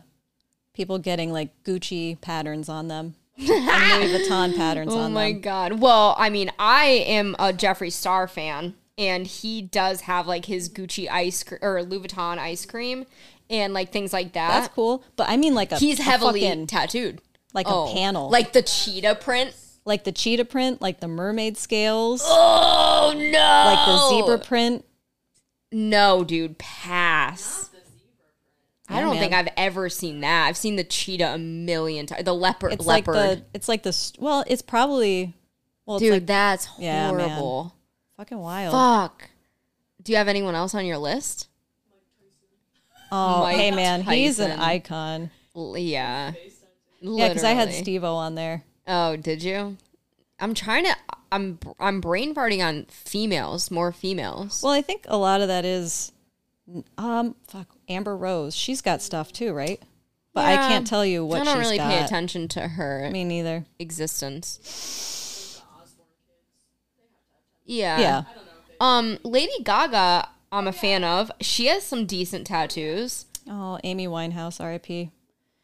Speaker 3: people getting like Gucci patterns on them, and Louis Vuitton patterns
Speaker 2: Oh
Speaker 3: on
Speaker 2: my
Speaker 3: them?
Speaker 2: god. Well, I mean, I am a Jeffree Star fan, and he does have like his Gucci ice cre- or Louis Vuitton ice cream, and like things like that.
Speaker 3: That's cool, but I mean like a
Speaker 2: He's
Speaker 3: a
Speaker 2: heavily
Speaker 3: fucking-
Speaker 2: tattooed, Oh.
Speaker 3: like a panel, like
Speaker 2: like the cheetah print.
Speaker 3: like the cheetah print, like the mermaid scales,
Speaker 2: Oh no!
Speaker 3: like the zebra print.
Speaker 2: No, dude, pass. I
Speaker 3: Yeah,
Speaker 2: don't
Speaker 3: man.
Speaker 2: think I've ever seen that. I've seen the cheetah a million times. The leopard,
Speaker 3: It's
Speaker 2: leopard,
Speaker 3: like the it's like the s- well, it's probably well, it's
Speaker 2: dude.
Speaker 3: like
Speaker 2: that's
Speaker 3: Yeah, man.
Speaker 2: horrible.
Speaker 3: fucking wild.
Speaker 2: Fuck. Do you have anyone else on your list?
Speaker 3: Oh,
Speaker 2: Mike
Speaker 3: hey man, he's an
Speaker 2: Tyson.
Speaker 3: icon.
Speaker 2: L- yeah.
Speaker 3: Yeah, because I had
Speaker 2: Literally.
Speaker 3: Steve-O on there.
Speaker 2: Oh, did you? I'm trying to. I'm I'm brain farting on females, more females.
Speaker 3: Well, I think a lot of that is, um, fuck, Amber Rose. She's got stuff too, right? But I
Speaker 2: Yeah.
Speaker 3: can't tell you what
Speaker 2: I don't
Speaker 3: she's
Speaker 2: really
Speaker 3: got.
Speaker 2: pay attention to her
Speaker 3: Me neither.
Speaker 2: existence. Yeah.
Speaker 3: Yeah.
Speaker 2: Um, Lady Gaga, I'm a fan of. She has some decent tattoos.
Speaker 3: Oh, Amy Winehouse, R.I.P.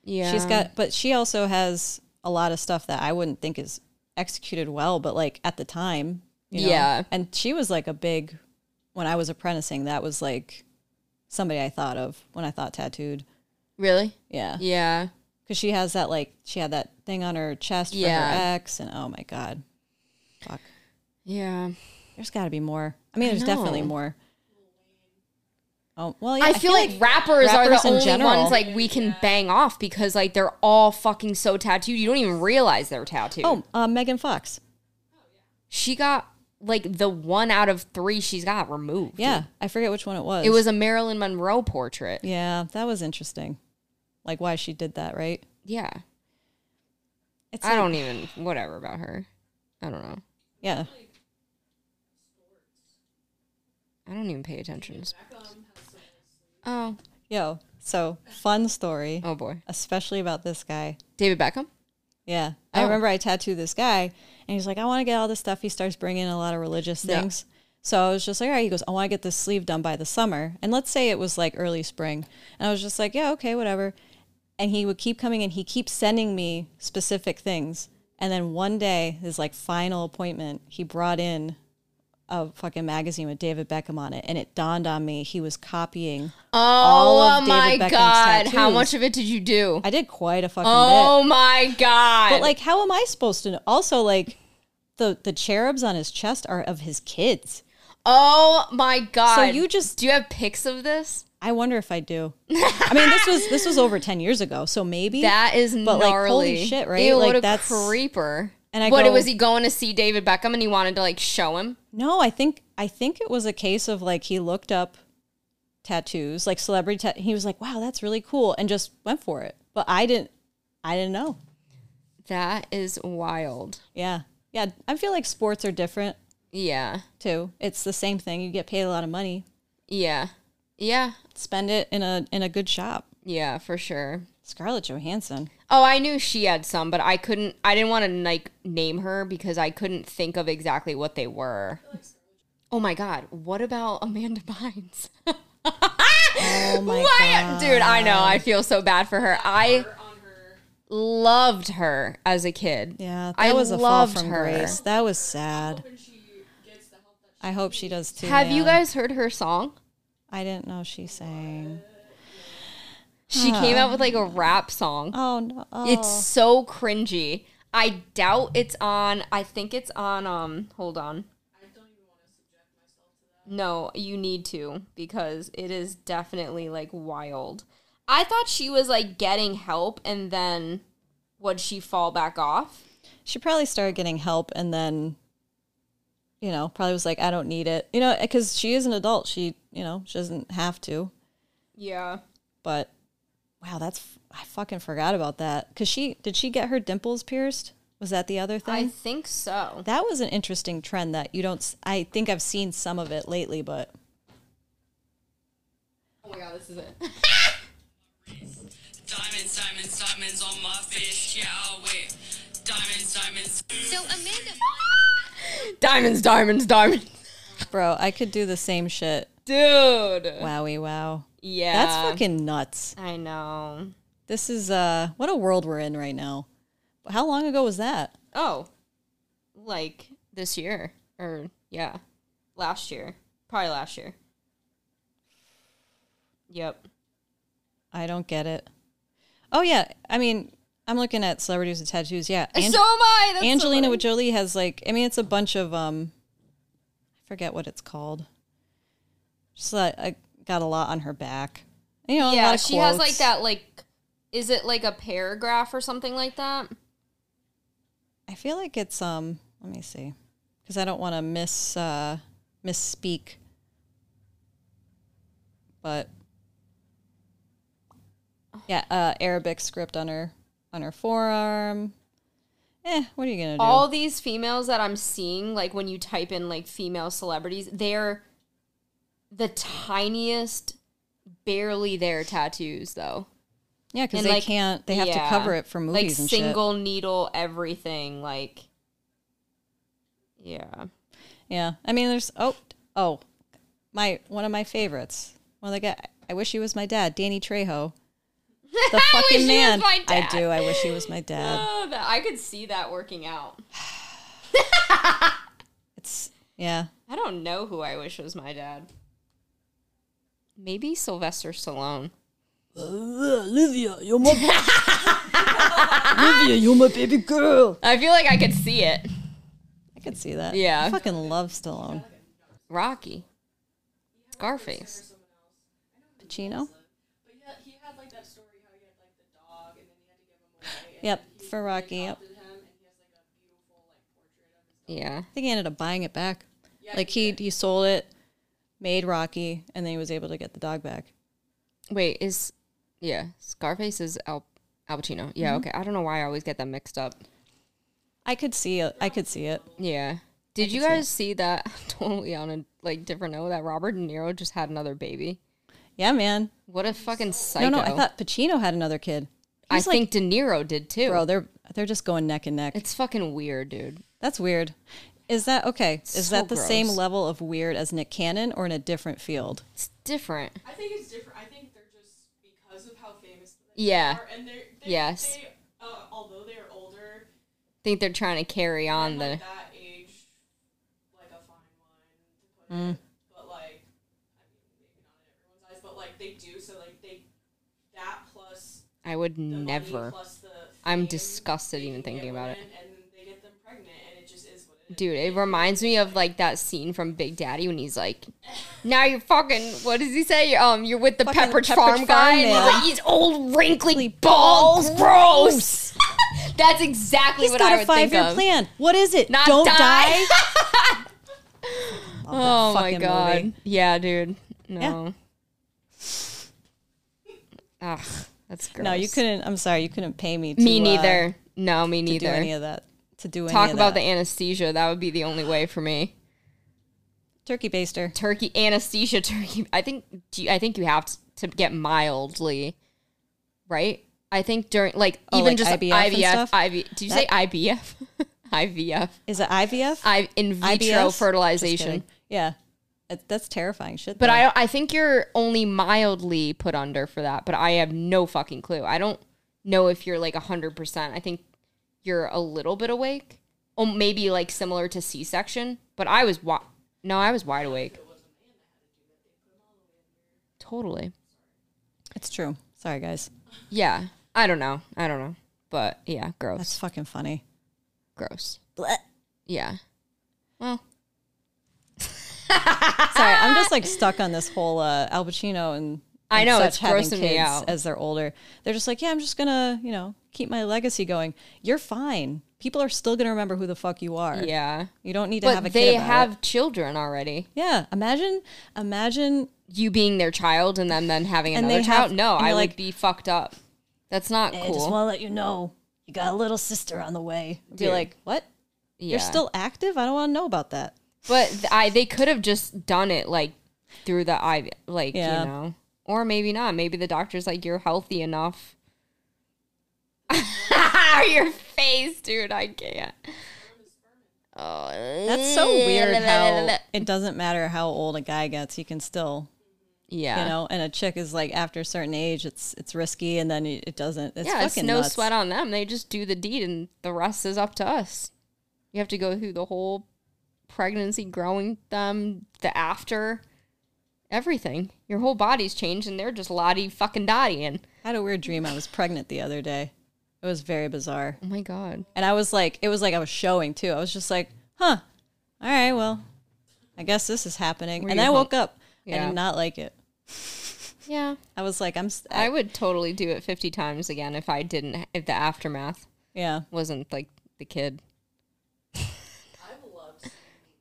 Speaker 2: Yeah.
Speaker 3: She's got, but she also has a lot of stuff that I wouldn't think is executed well, but like at the time, you know?
Speaker 2: Yeah.
Speaker 3: And she was like a big, when I was apprenticing, that was like somebody I thought of when I thought tattooed.
Speaker 2: really.
Speaker 3: Yeah.
Speaker 2: Yeah.
Speaker 3: because she has that like she had that thing on her chest for
Speaker 2: Yeah.
Speaker 3: her ex, and oh my god, fuck.
Speaker 2: Yeah.
Speaker 3: There's got to be more. I mean, there's definitely
Speaker 2: know.
Speaker 3: more. Oh well, yeah.
Speaker 2: I feel like rappers, are
Speaker 3: rappers
Speaker 2: the
Speaker 3: in
Speaker 2: only
Speaker 3: general-
Speaker 2: ones like we can bang off because like they're all fucking so tattooed. You don't even realize they're tattooed.
Speaker 3: oh, uh, Megan Fox.
Speaker 2: she got like the one out of three she's got removed.
Speaker 3: Yeah, I forget which one it was.
Speaker 2: It was a Marilyn Monroe portrait.
Speaker 3: yeah, that was interesting. Like why she did that, right?
Speaker 2: Yeah.
Speaker 3: It's
Speaker 2: I
Speaker 3: like-
Speaker 2: don't even, whatever about her. I don't know.
Speaker 3: Yeah,
Speaker 2: I don't even pay attention. to sp- Oh,
Speaker 3: Yo, so fun story,
Speaker 2: Oh boy,
Speaker 3: especially about this guy.
Speaker 2: David Beckham.
Speaker 3: Yeah.
Speaker 2: Oh.
Speaker 3: I remember I tattooed this guy and he's like, I want to get all this stuff. He starts bringing in a lot of religious
Speaker 2: Yeah.
Speaker 3: things. So I was just like, all right, he goes, I want to get this sleeve done by the summer. And let's say it was like early spring. And I was just like, yeah, okay, whatever. And he would keep coming and he keeps sending me specific things. And then one day, his like final appointment, he brought in a fucking magazine with David Beckham on it. And it dawned on me he was copying.
Speaker 2: Oh
Speaker 3: All of David
Speaker 2: my
Speaker 3: Beckham's
Speaker 2: god, how
Speaker 3: tattoos.
Speaker 2: much of it did you do?
Speaker 3: I did quite a fucking bit.
Speaker 2: Oh my god.
Speaker 3: But like, how am I supposed to know? Also, like, the the cherubs on his chest are of his kids.
Speaker 2: oh my god.
Speaker 3: So you just,
Speaker 2: do you have pics of this?
Speaker 3: I wonder if I do. I mean, this was this was over ten years ago, so maybe
Speaker 2: That is
Speaker 3: But, like,
Speaker 2: gnarly.
Speaker 3: holy shit, right?
Speaker 2: Ew,
Speaker 3: Like,
Speaker 2: what a
Speaker 3: that's-
Speaker 2: creeper.
Speaker 3: And I
Speaker 2: what
Speaker 3: go-
Speaker 2: was he going to see David Beckham and he wanted to like show him?
Speaker 3: No, I think I think it was a case of like he looked up tattoos, like celebrity. Ta- he was like, "Wow, that's really cool," and just went for it. But I didn't, I didn't know.
Speaker 2: That is wild.
Speaker 3: Yeah, yeah. I feel like sports are different
Speaker 2: Yeah.
Speaker 3: too. It's the same thing. You get paid a lot of money,
Speaker 2: Yeah. Yeah.
Speaker 3: spend it in a in a good shop.
Speaker 2: Yeah, for sure.
Speaker 3: Scarlett Johansson.
Speaker 2: Oh, I knew she had some, but I couldn't I didn't want to like name her because I couldn't think of exactly what they were. Oh my god, what about Amanda Bynes?
Speaker 3: Oh my
Speaker 2: Why- Dude, I know. I feel so bad for her. I loved her as a kid.
Speaker 3: Yeah, that
Speaker 2: I
Speaker 3: was a
Speaker 2: loved
Speaker 3: fall from
Speaker 2: her.
Speaker 3: grace. That was sad. I hope she does too.
Speaker 2: Have you
Speaker 3: man.
Speaker 2: guys heard her song?
Speaker 3: I didn't know she sang.
Speaker 2: She came out with like a rap song.
Speaker 3: Oh no!
Speaker 2: It's so cringy. I doubt it's on. I think it's on. Um, hold on. No, you need to because it is definitely like wild. I thought she was like getting help and then would she fall back off?
Speaker 3: she probably started getting help, and then, you know, probably was like, "I don't need it," you know, because she is an adult. She, you know, she doesn't have to.
Speaker 2: Yeah.
Speaker 3: But wow, that's I fucking forgot about that. Cause she did she get her dimples pierced? Was that the other thing?
Speaker 2: I think so.
Speaker 3: that was an interesting trend that you don't. s- I think I've seen some of it lately, but
Speaker 2: Oh my god, this is it.
Speaker 5: Diamonds, diamonds, diamonds on my fist, yeah, wait. Diamonds, diamonds.
Speaker 6: So Amanda
Speaker 2: diamonds, diamonds, diamonds.
Speaker 3: bro, I could do the same shit.
Speaker 2: Dude.
Speaker 3: Wowie, wow.
Speaker 2: Yeah.
Speaker 3: That's fucking nuts.
Speaker 2: I know.
Speaker 3: This is uh what a world we're in right now. How long ago was that?
Speaker 2: Oh, like this year or yeah, last year, probably last year. Yep.
Speaker 3: I don't get it. Oh yeah, I mean, I'm looking at celebrities with tattoos. Yeah, Ang-
Speaker 2: so am I. That's so
Speaker 3: Angelina
Speaker 2: funny.
Speaker 3: Jolie has like I mean, it's a bunch of um, I forget what it's called. Just uh, I got a lot on her back. You know, a lot
Speaker 2: yeah,
Speaker 3: of
Speaker 2: she has like
Speaker 3: quotes.
Speaker 2: that. Like, is it like a paragraph or something like that?
Speaker 3: I feel like it's um. Let me see, because I don't want to miss uh, misspeak. But yeah, uh, Arabic script on her on her forearm. Eh, what are you gonna do?
Speaker 2: All these females that I'm seeing, like when you type in like female celebrities, they're the tiniest, barely there tattoos though.
Speaker 3: yeah, because
Speaker 2: and,
Speaker 3: they
Speaker 2: like,
Speaker 3: can't. They have to
Speaker 2: yeah.
Speaker 3: cover it for movies
Speaker 2: like
Speaker 3: and
Speaker 2: single needle everything like yeah
Speaker 3: shit. Yeah, I mean, there's oh oh, my one of my favorites. One of the guy. I wish he was my dad, Danny Trejo. The fucking
Speaker 2: he was
Speaker 3: man.
Speaker 2: my
Speaker 3: I
Speaker 2: dad.
Speaker 3: do. I wish he was my dad.
Speaker 2: oh, that, i could see that working out
Speaker 3: It's yeah.
Speaker 2: i don't know who i wish was my dad maybe sylvester stallone
Speaker 7: Olivia, you're my Olivia, you're my baby girl.
Speaker 2: i feel like i could see it
Speaker 3: I could see that.
Speaker 2: Yeah.
Speaker 3: I fucking love Stallone.
Speaker 2: rocky scarface
Speaker 3: Pacino?
Speaker 4: But yeah, he had like that story how he had like the dog and then he had to give him away.
Speaker 3: Yep,
Speaker 4: and he
Speaker 3: for Rocky, yep.
Speaker 4: adopted him and he has like a beautiful like portrait of his dog.
Speaker 2: yeah
Speaker 3: I think he ended up buying it back. like he he sold it, made Rocky, and then he was able to get the dog back.
Speaker 2: wait is yeah scarface is al, al pacino yeah okay i don't know why i always get them mixed up
Speaker 3: I could see it. I could see it.
Speaker 2: Yeah. Did you guys see that? Totally on a like different note. That Robert De Niro just had another baby.
Speaker 3: Yeah, man.
Speaker 2: What a fucking psycho.
Speaker 3: No, no, I thought Pacino had another kid.
Speaker 2: I
Speaker 3: He's
Speaker 2: think
Speaker 3: like,
Speaker 2: De Niro did too.
Speaker 3: bro, they're they're just going neck and neck.
Speaker 2: it's fucking weird, dude.
Speaker 3: That's weird. Is that okay? Is
Speaker 2: So
Speaker 3: that the same
Speaker 2: gross.
Speaker 3: level of weird as Nick Cannon or in a different field?
Speaker 2: It's different.
Speaker 4: I think it's different. I think they're just because of how famous they
Speaker 2: Yeah.
Speaker 4: are, and they're they,
Speaker 2: Yes.
Speaker 4: They, uh, although they are older,
Speaker 2: think they're trying to carry on the
Speaker 4: like that age, like a fine wine to put
Speaker 2: Mm.
Speaker 4: it, but like, I mean, maybe not in everyone's eyes, but like they do. So like they that plus
Speaker 2: I would
Speaker 4: the money
Speaker 2: never.
Speaker 4: plus the
Speaker 2: I'm
Speaker 4: fame,
Speaker 2: disgusted
Speaker 4: they
Speaker 2: even
Speaker 4: can get
Speaker 2: thinking about it.
Speaker 4: women, And they get them pregnant, and it just is what it is.
Speaker 2: Dude, it reminds me of like that scene from Big Daddy when he's like, "Now you're fucking what does he say? You're, um, you're with the
Speaker 3: Fucking
Speaker 2: Pepperidge
Speaker 3: Pepperidge
Speaker 2: Farm
Speaker 3: Farm
Speaker 2: guy, and he's
Speaker 3: man.
Speaker 2: like, he's old wrinkly balls, gross." That's exactly
Speaker 3: He's
Speaker 2: what
Speaker 3: got
Speaker 2: I
Speaker 3: a
Speaker 2: would
Speaker 3: five
Speaker 2: think
Speaker 3: year
Speaker 2: of.
Speaker 3: plan. What is it?
Speaker 2: Not
Speaker 3: Don't
Speaker 2: die.
Speaker 3: die.
Speaker 2: Oh my
Speaker 3: fucking
Speaker 2: god,
Speaker 3: movie.
Speaker 2: yeah, dude, no. Ugh, that's gross.
Speaker 3: No, you couldn't. I'm sorry, you couldn't pay me. To,
Speaker 2: Me
Speaker 3: uh,
Speaker 2: neither. no, me
Speaker 3: to do any
Speaker 2: neither.
Speaker 3: of that. To do any
Speaker 2: Talk
Speaker 3: of
Speaker 2: about the
Speaker 3: that.
Speaker 2: anesthesia. That would be the only way for me.
Speaker 3: turkey baster.
Speaker 2: turkey anesthesia turkey i think do you, i think you have to, to get mildly right i think during like
Speaker 3: Oh,
Speaker 2: even
Speaker 3: like
Speaker 2: just
Speaker 3: IVF and
Speaker 2: ivf
Speaker 3: stuff?
Speaker 2: IV, did you say ibf ivf
Speaker 3: Is it IVF?
Speaker 2: i in vitro
Speaker 3: IBS? Just
Speaker 2: fertilization
Speaker 3: kidding. Yeah, It- that's terrifying shit.
Speaker 2: but
Speaker 3: though.
Speaker 2: i don't- i think you're only mildly put under for that but i have no fucking clue i don't know if you're like 100% i think you're a little bit awake or maybe like similar to c-section but i was wa- no i was wide awake totally
Speaker 3: It's true. Sorry, guys.
Speaker 2: Yeah. I don't know. I don't know. But yeah, gross.
Speaker 3: That's fucking funny.
Speaker 2: gross. Yeah. Well,
Speaker 3: Sorry, I'm just like stuck on this whole uh, Al Pacino and
Speaker 2: Ah! I
Speaker 3: and
Speaker 2: know,
Speaker 3: such
Speaker 2: it's
Speaker 3: having
Speaker 2: grossing me
Speaker 3: kids
Speaker 2: out.
Speaker 3: as they're older. They're just like, yeah, I'm just gonna you know keep my legacy going. You're fine. People are still gonna remember who the fuck you are.
Speaker 2: yeah.
Speaker 3: You don't need to have a
Speaker 2: But
Speaker 3: kid.
Speaker 2: they
Speaker 3: about it.
Speaker 2: have children already.
Speaker 3: Yeah. Imagine, imagine.
Speaker 2: You being their child and then then having
Speaker 3: And
Speaker 2: another
Speaker 3: they
Speaker 2: child.
Speaker 3: have-
Speaker 2: no,
Speaker 3: and
Speaker 2: I
Speaker 3: they're
Speaker 2: would
Speaker 3: like- "Eh,
Speaker 2: be fucked up. That's not
Speaker 7: I just
Speaker 2: cool.
Speaker 7: want to let you know you got a little sister on the way.
Speaker 3: You're like, what?
Speaker 2: yeah.
Speaker 3: You're still active? I don't want to know about that.
Speaker 2: But th- I they could have just done it like through the IV, like
Speaker 3: Yeah.
Speaker 2: you know, or maybe not. Maybe the doctor's like, you're healthy enough. Your face, dude. I can't. Oh,
Speaker 3: That's so weird. How it doesn't matter how old a guy gets, he can still,
Speaker 2: yeah,
Speaker 3: you know. And a chick is like, after a certain age, it's it's risky, and then it it doesn't. It's
Speaker 2: yeah.
Speaker 3: fucking
Speaker 2: It's no
Speaker 3: nuts.
Speaker 2: sweat on them. They just do the deed, and the rest is up to us. You have to go through the whole pregnancy, growing them, the after, everything. Your whole body's changed, and they're just lottie fucking dottying.
Speaker 3: I had a weird dream. I was pregnant the other day. It was very bizarre.
Speaker 2: Oh my god.
Speaker 3: And I was like, it was like I was showing too. I was just like, huh, all right, well, I guess this is happening. and
Speaker 2: you
Speaker 3: I woke up. I
Speaker 2: Yeah.
Speaker 3: did not like it.
Speaker 2: Yeah.
Speaker 3: I was like, I'm, s-
Speaker 2: I would totally do it 50 times again if I didn't, if the aftermath
Speaker 3: yeah.
Speaker 2: wasn't like the kid.
Speaker 4: I've loved seeing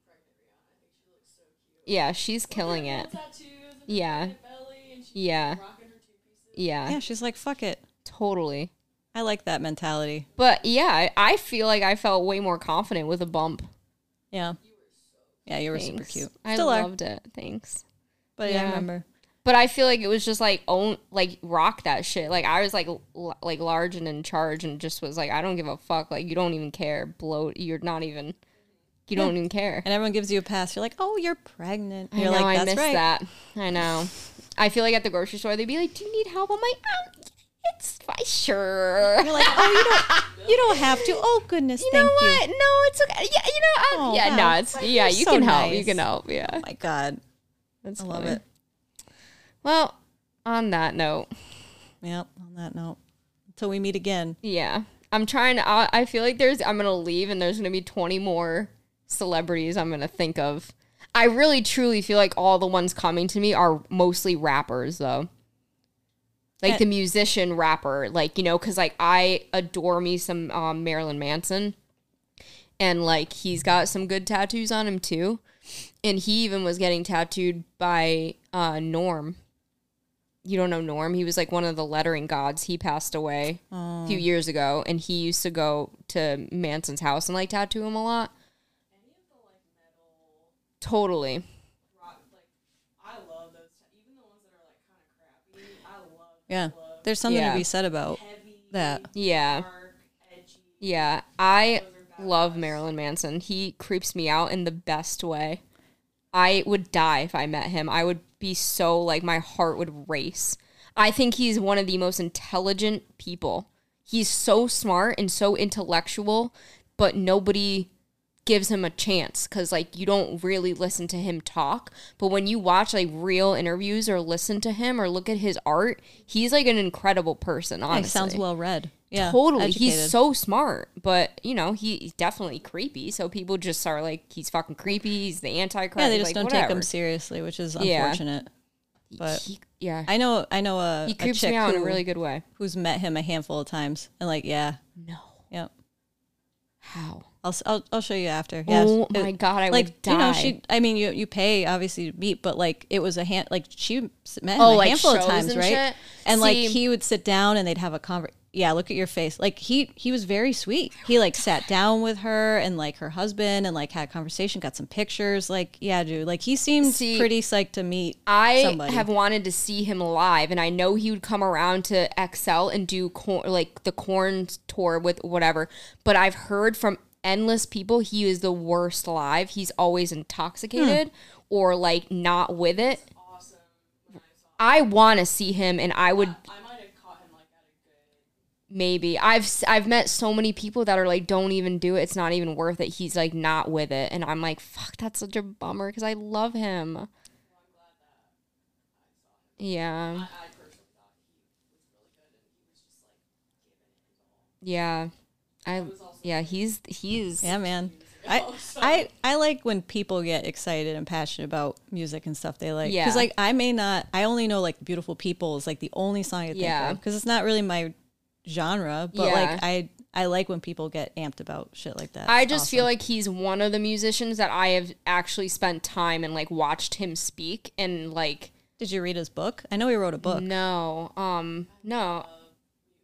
Speaker 4: pregnant Rihanna. I think she looks so cute.
Speaker 2: Yeah, she's killing it.
Speaker 4: Tattoos and her
Speaker 2: Yeah.
Speaker 4: pregnant belly, and she's
Speaker 2: Yeah.
Speaker 4: rocking her two pieces.
Speaker 2: Yeah.
Speaker 3: Yeah, she's like, fuck it.
Speaker 2: Totally.
Speaker 3: I like that mentality.
Speaker 2: But yeah, I, I feel like I felt way more confident with a bump.
Speaker 3: Yeah. Yeah, you were super
Speaker 2: Thanks.
Speaker 3: cute.
Speaker 2: I
Speaker 3: Still are.
Speaker 2: loved it. Thanks.
Speaker 3: But yeah, I
Speaker 2: yeah.
Speaker 3: remember.
Speaker 2: But I feel like it was just like own like rock that shit. Like I was like l- like large and in charge and just was like I don't give a fuck. Like you don't even care. Bloat. You're not even. You don't even care.
Speaker 3: And everyone gives you a pass. You're like, oh, you're pregnant.
Speaker 2: I
Speaker 3: You're
Speaker 2: know,
Speaker 3: like,
Speaker 2: I
Speaker 3: that's
Speaker 2: miss
Speaker 3: right.
Speaker 2: that. I know. I feel like at the grocery store they'd be like, "Do you need help?" I'm like, um, "It's fine, sure."
Speaker 3: You're like, oh, you don't, you don't have to. Oh, goodness,
Speaker 2: you know
Speaker 3: thank you.
Speaker 2: what? No, it's okay. Yeah, you know, um,
Speaker 3: Oh,
Speaker 2: yeah,
Speaker 3: wow.
Speaker 2: no, it's yeah.
Speaker 3: You're
Speaker 2: You
Speaker 3: so
Speaker 2: can help. You
Speaker 3: nice.
Speaker 2: can help. Yeah,
Speaker 3: Oh my God.
Speaker 2: that's
Speaker 3: I love
Speaker 2: funny.
Speaker 3: it.
Speaker 2: Well, on that note,
Speaker 3: Yep. On that note, until we meet again.
Speaker 2: yeah, I'm trying to. I, I feel like there's. I'm gonna leave, and there's gonna be 20 more celebrities I'm gonna think of. I really truly feel like all the ones coming to me are mostly rappers, though. like the musician rapper like you know because like i adore me some um, marilyn manson and like he's got some good tattoos on him too and he even was getting tattooed by uh, norm you don't know norm he was like one of the lettering gods he passed away a few years ago and he used to go to manson's house and like tattoo him a lot totally
Speaker 4: rock like I love those ta- even the ones that are like kind of
Speaker 3: Yeah. There's something
Speaker 2: Yeah.
Speaker 3: to be said about that.
Speaker 2: Yeah. Yeah. I love Marilyn Manson. He creeps me out in the best way. I would die if I met him. I would be so like my heart would race. I think he's one of the most intelligent people. He's so smart and so intellectual, but nobody gives him a chance because like you don't really listen to him talk but when you watch like real interviews or listen to him or look at his art he's like an incredible person honestly
Speaker 3: He sounds well read. Yeah.
Speaker 2: totally
Speaker 3: educated.
Speaker 2: he's so smart but you know he- he's definitely creepy so people just are like he's fucking creepy he's the antichrist
Speaker 3: Yeah, they just
Speaker 2: like,
Speaker 3: don't
Speaker 2: whatever.
Speaker 3: take him seriously, which is
Speaker 2: Yeah.
Speaker 3: unfortunate. but-
Speaker 2: He- yeah
Speaker 3: I know I know a,
Speaker 2: he
Speaker 3: a
Speaker 2: creeps
Speaker 3: chick
Speaker 2: me out
Speaker 3: who,
Speaker 2: in a really good way
Speaker 3: who's met him a handful of times and like, yeah.
Speaker 2: no
Speaker 3: Yep.
Speaker 2: how
Speaker 3: I'll, s- I'll, I'll show you after. Yeah.
Speaker 2: Oh my God, I would
Speaker 3: like, You know,
Speaker 2: die.
Speaker 3: she. I mean, you you pay obviously to meet, but like it was a hand. Like she s- met him
Speaker 2: Oh,
Speaker 3: a
Speaker 2: like
Speaker 3: handful of
Speaker 2: shows
Speaker 3: times,
Speaker 2: and
Speaker 3: right?
Speaker 2: shit?
Speaker 3: And like
Speaker 2: See-
Speaker 3: he would sit down and they'd have a conver. Yeah, look at your face. Like he he was very sweet. He like sat down with her and like her husband and like had a conversation, got some pictures. Like yeah, dude. Like he seemed
Speaker 2: See,
Speaker 3: pretty psyched to meet.
Speaker 2: I
Speaker 3: somebody.
Speaker 2: have wanted to see him live, and I know he would come around to Excel and do cor- like the corn tour with whatever. But I've heard from endless people he is the worst live. He's always intoxicated or like not with it. I want to see him, and I would
Speaker 4: I might have caught him like at a good.
Speaker 2: maybe I've s- I've met so many people that are like don't even do it. It's not even worth it. He's like not with it, and I'm like fuck. That's such a bummer because I love him. Yeah. Yeah. I yeah, he's he's
Speaker 3: Yeah, man. I, I I like when people get excited and passionate about music and stuff they like.
Speaker 2: Yeah.
Speaker 3: Because like I may not, I only know like "Beautiful People" is like the only song I think
Speaker 2: Yeah.
Speaker 3: of because it's not really my genre. But
Speaker 2: Yeah.
Speaker 3: like I I like when people get amped about shit like that. Oh.
Speaker 2: I just feel like he's one of the musicians that I have actually spent time and like watched him speak and like
Speaker 3: Did you read his book? I know he wrote a book.
Speaker 2: Mm. no um no
Speaker 4: Like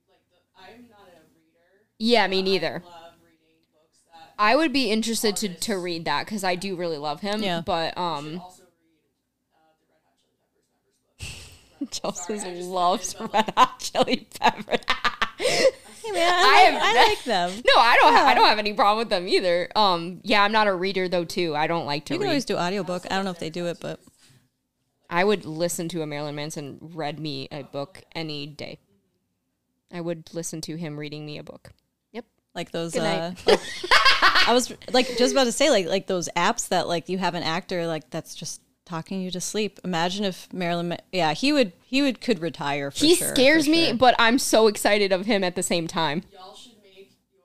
Speaker 4: the, I'm not a reader.
Speaker 2: yeah me neither
Speaker 4: Love reading books that
Speaker 2: I would be interested to to read that because I do really love him
Speaker 3: Yeah.
Speaker 2: but um
Speaker 4: also read.
Speaker 2: Chelsea's loves Red Hot Chili Peppers.
Speaker 3: Hey, man, I,
Speaker 2: I
Speaker 3: like,
Speaker 2: have
Speaker 3: I like them.
Speaker 2: no, I don't. Ha- I don't have any problem with them either. Um, yeah, I'm not a reader though too. I don't like to
Speaker 3: You can
Speaker 2: read.
Speaker 3: always do audiobook. I don't know if they do it, but
Speaker 2: I would listen to a Marilyn Manson read me a book any day. I would listen to him reading me a book. Yep.
Speaker 3: like those.
Speaker 2: Good
Speaker 3: Uh,
Speaker 2: night.
Speaker 3: like- I was like just about to say like like those apps that like you have an actor like that's just talking you to sleep. Imagine if Marilyn, Ma- yeah, he would he would could retire. For
Speaker 2: he
Speaker 3: sure, for
Speaker 2: scares me,
Speaker 3: sure.
Speaker 2: but I'm so excited of him at the same time.
Speaker 4: Y'all should make your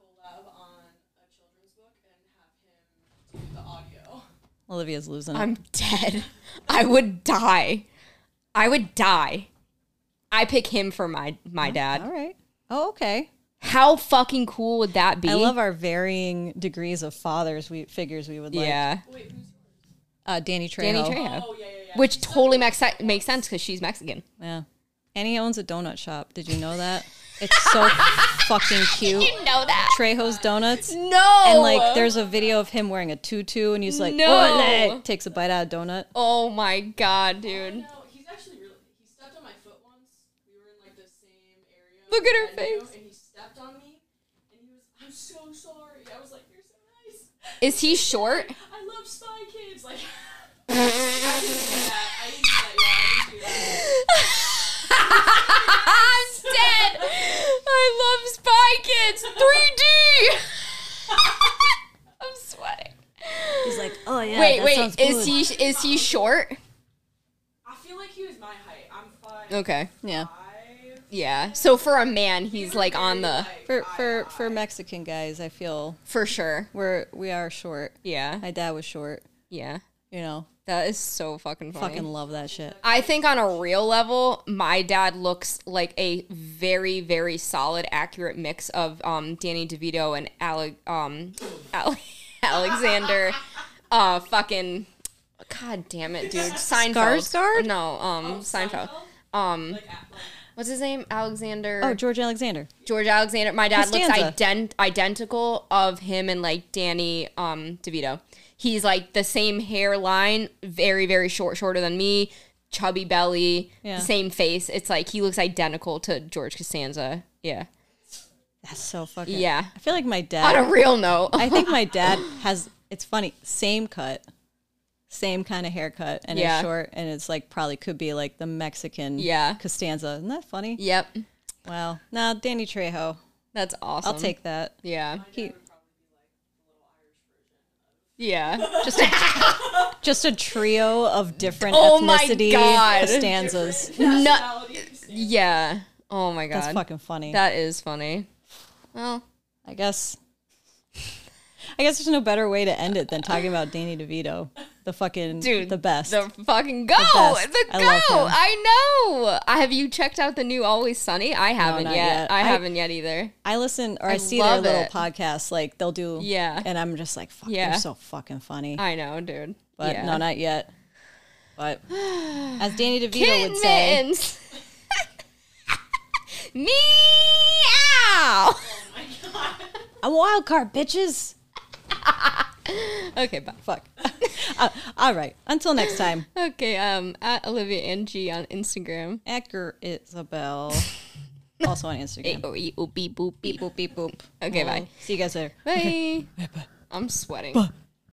Speaker 4: collab on a children's book and have him do the audio.
Speaker 3: Olivia's losing. it.
Speaker 2: I'm dead. I would die. I would die. I pick him for my my
Speaker 3: All
Speaker 2: dad.
Speaker 3: right. Oh, okay.
Speaker 2: How fucking cool would that be?
Speaker 3: I love our varying degrees of fathers. We figures we would like.
Speaker 2: yeah,
Speaker 3: Uh, Danny Trejo.
Speaker 2: Danny Trejo, which totally makes se- makes sense because she's Mexican.
Speaker 3: Yeah. And he owns a donut shop. Did you know that? It's so fucking cute.
Speaker 2: You know that?
Speaker 3: Trejo's Donuts.
Speaker 2: No.
Speaker 3: And like, there's a video of him wearing a tutu, and he's like,
Speaker 2: No.
Speaker 3: "Ole!" takes a bite out of donut.
Speaker 2: Oh my god, dude.
Speaker 4: No, he's actually really. He stepped on my foot once. We were in like the same area.
Speaker 2: Look at her
Speaker 4: venue,
Speaker 2: face.
Speaker 4: And he stepped on me, and he was, "I'm so sorry." I was like, "You're so nice."
Speaker 2: Is he short?
Speaker 4: I love Spy Kids. Like, I didn't do that. I didn't do that. Yeah, I didn't do that.
Speaker 2: I'm dead. I love Spy Kids 3D. I'm sweating.
Speaker 7: He's like, oh yeah,
Speaker 2: wait,
Speaker 7: that
Speaker 2: wait.
Speaker 7: sounds
Speaker 2: Is
Speaker 7: good.
Speaker 2: he is he short?
Speaker 4: I feel like he was my height. I'm five.
Speaker 2: Okay.
Speaker 3: Yeah.
Speaker 4: five.
Speaker 2: Yeah. So for a man, he's like on the
Speaker 3: For for for Mexican guys, I feel
Speaker 2: for sure.
Speaker 3: we're we are short.
Speaker 2: Yeah.
Speaker 3: My dad was short.
Speaker 2: Yeah.
Speaker 3: You know,
Speaker 2: That is so fucking funny.
Speaker 3: fucking love that shit.
Speaker 2: I think on a real level, my dad looks like a very, very solid, accurate mix of um, Danny DeVito and Ale- um, Ale- Alexander. Uh, fucking. God damn it, dude. Seinfeld.
Speaker 3: Skarsgård?
Speaker 2: No, um, Seinfeld. Um, what's his name? Alexander.
Speaker 3: Oh, George Alexander.
Speaker 2: George Alexander. My dad looks
Speaker 3: Costanza.
Speaker 2: ident- identical of him and like Danny um, DeVito. He's like the same hairline, very very short, shorter than me. chubby belly,
Speaker 3: Yeah.
Speaker 2: the same face. It's like he looks identical to George Costanza. Yeah.
Speaker 3: That's so fucking.
Speaker 2: Yeah.
Speaker 3: I feel like my
Speaker 2: On
Speaker 3: dad.
Speaker 2: a real note,
Speaker 3: I think my dad has. It's funny. Same cut, same kind of haircut, and
Speaker 2: Yeah.
Speaker 3: it's short, and it's like probably could be like the Mexican.
Speaker 2: Yeah.
Speaker 3: Costanza. Isn't that funny?
Speaker 2: yep,
Speaker 3: Wow. Nah, Danny Trejo.
Speaker 2: that's awesome.
Speaker 3: I'll take that.
Speaker 2: Yeah,
Speaker 3: He,
Speaker 2: yeah.
Speaker 3: just a, just a trio of different
Speaker 2: Oh my
Speaker 3: ethnicity
Speaker 2: God.
Speaker 3: Costanzas.
Speaker 2: no, yeah. Oh my god,
Speaker 3: That's fucking funny.
Speaker 2: that is funny. Well,
Speaker 3: I guess. I guess there's no better way to end it than talking about Danny DeVito, the fucking
Speaker 2: dude,
Speaker 3: the best.
Speaker 2: the fucking go,
Speaker 3: best.
Speaker 2: the,
Speaker 3: I
Speaker 2: go.
Speaker 3: love him.
Speaker 2: I know. I, have you checked out the new Always Sunny? I haven't
Speaker 3: not
Speaker 2: yet.
Speaker 3: yet.
Speaker 2: I,
Speaker 3: I-
Speaker 2: haven't yet either.
Speaker 3: I listen or I,
Speaker 2: I
Speaker 3: see their
Speaker 2: love
Speaker 3: little
Speaker 2: it.
Speaker 3: podcasts, like they'll do,
Speaker 2: Yeah.
Speaker 3: and I'm just like, fuck,
Speaker 2: Yeah.
Speaker 3: they're so fucking funny.
Speaker 2: I know, dude.
Speaker 3: But
Speaker 2: yeah.
Speaker 3: no, not yet. But as Danny DeVito would
Speaker 2: Kitten
Speaker 3: say,
Speaker 2: mittens. Meow.
Speaker 4: Oh
Speaker 3: I'm wild card, bitches.
Speaker 2: Okay, bye.
Speaker 3: Fuck. Uh, all right. Until next time.
Speaker 2: Okay, um, at Olivia and G on Instagram.
Speaker 3: Edgar Isabel, also on Instagram.
Speaker 2: Or e- oop, beep boop beep.
Speaker 3: Beep boop beep boop.
Speaker 2: Okay, bye.
Speaker 3: See you guys later.
Speaker 2: Bye. I'm sweating.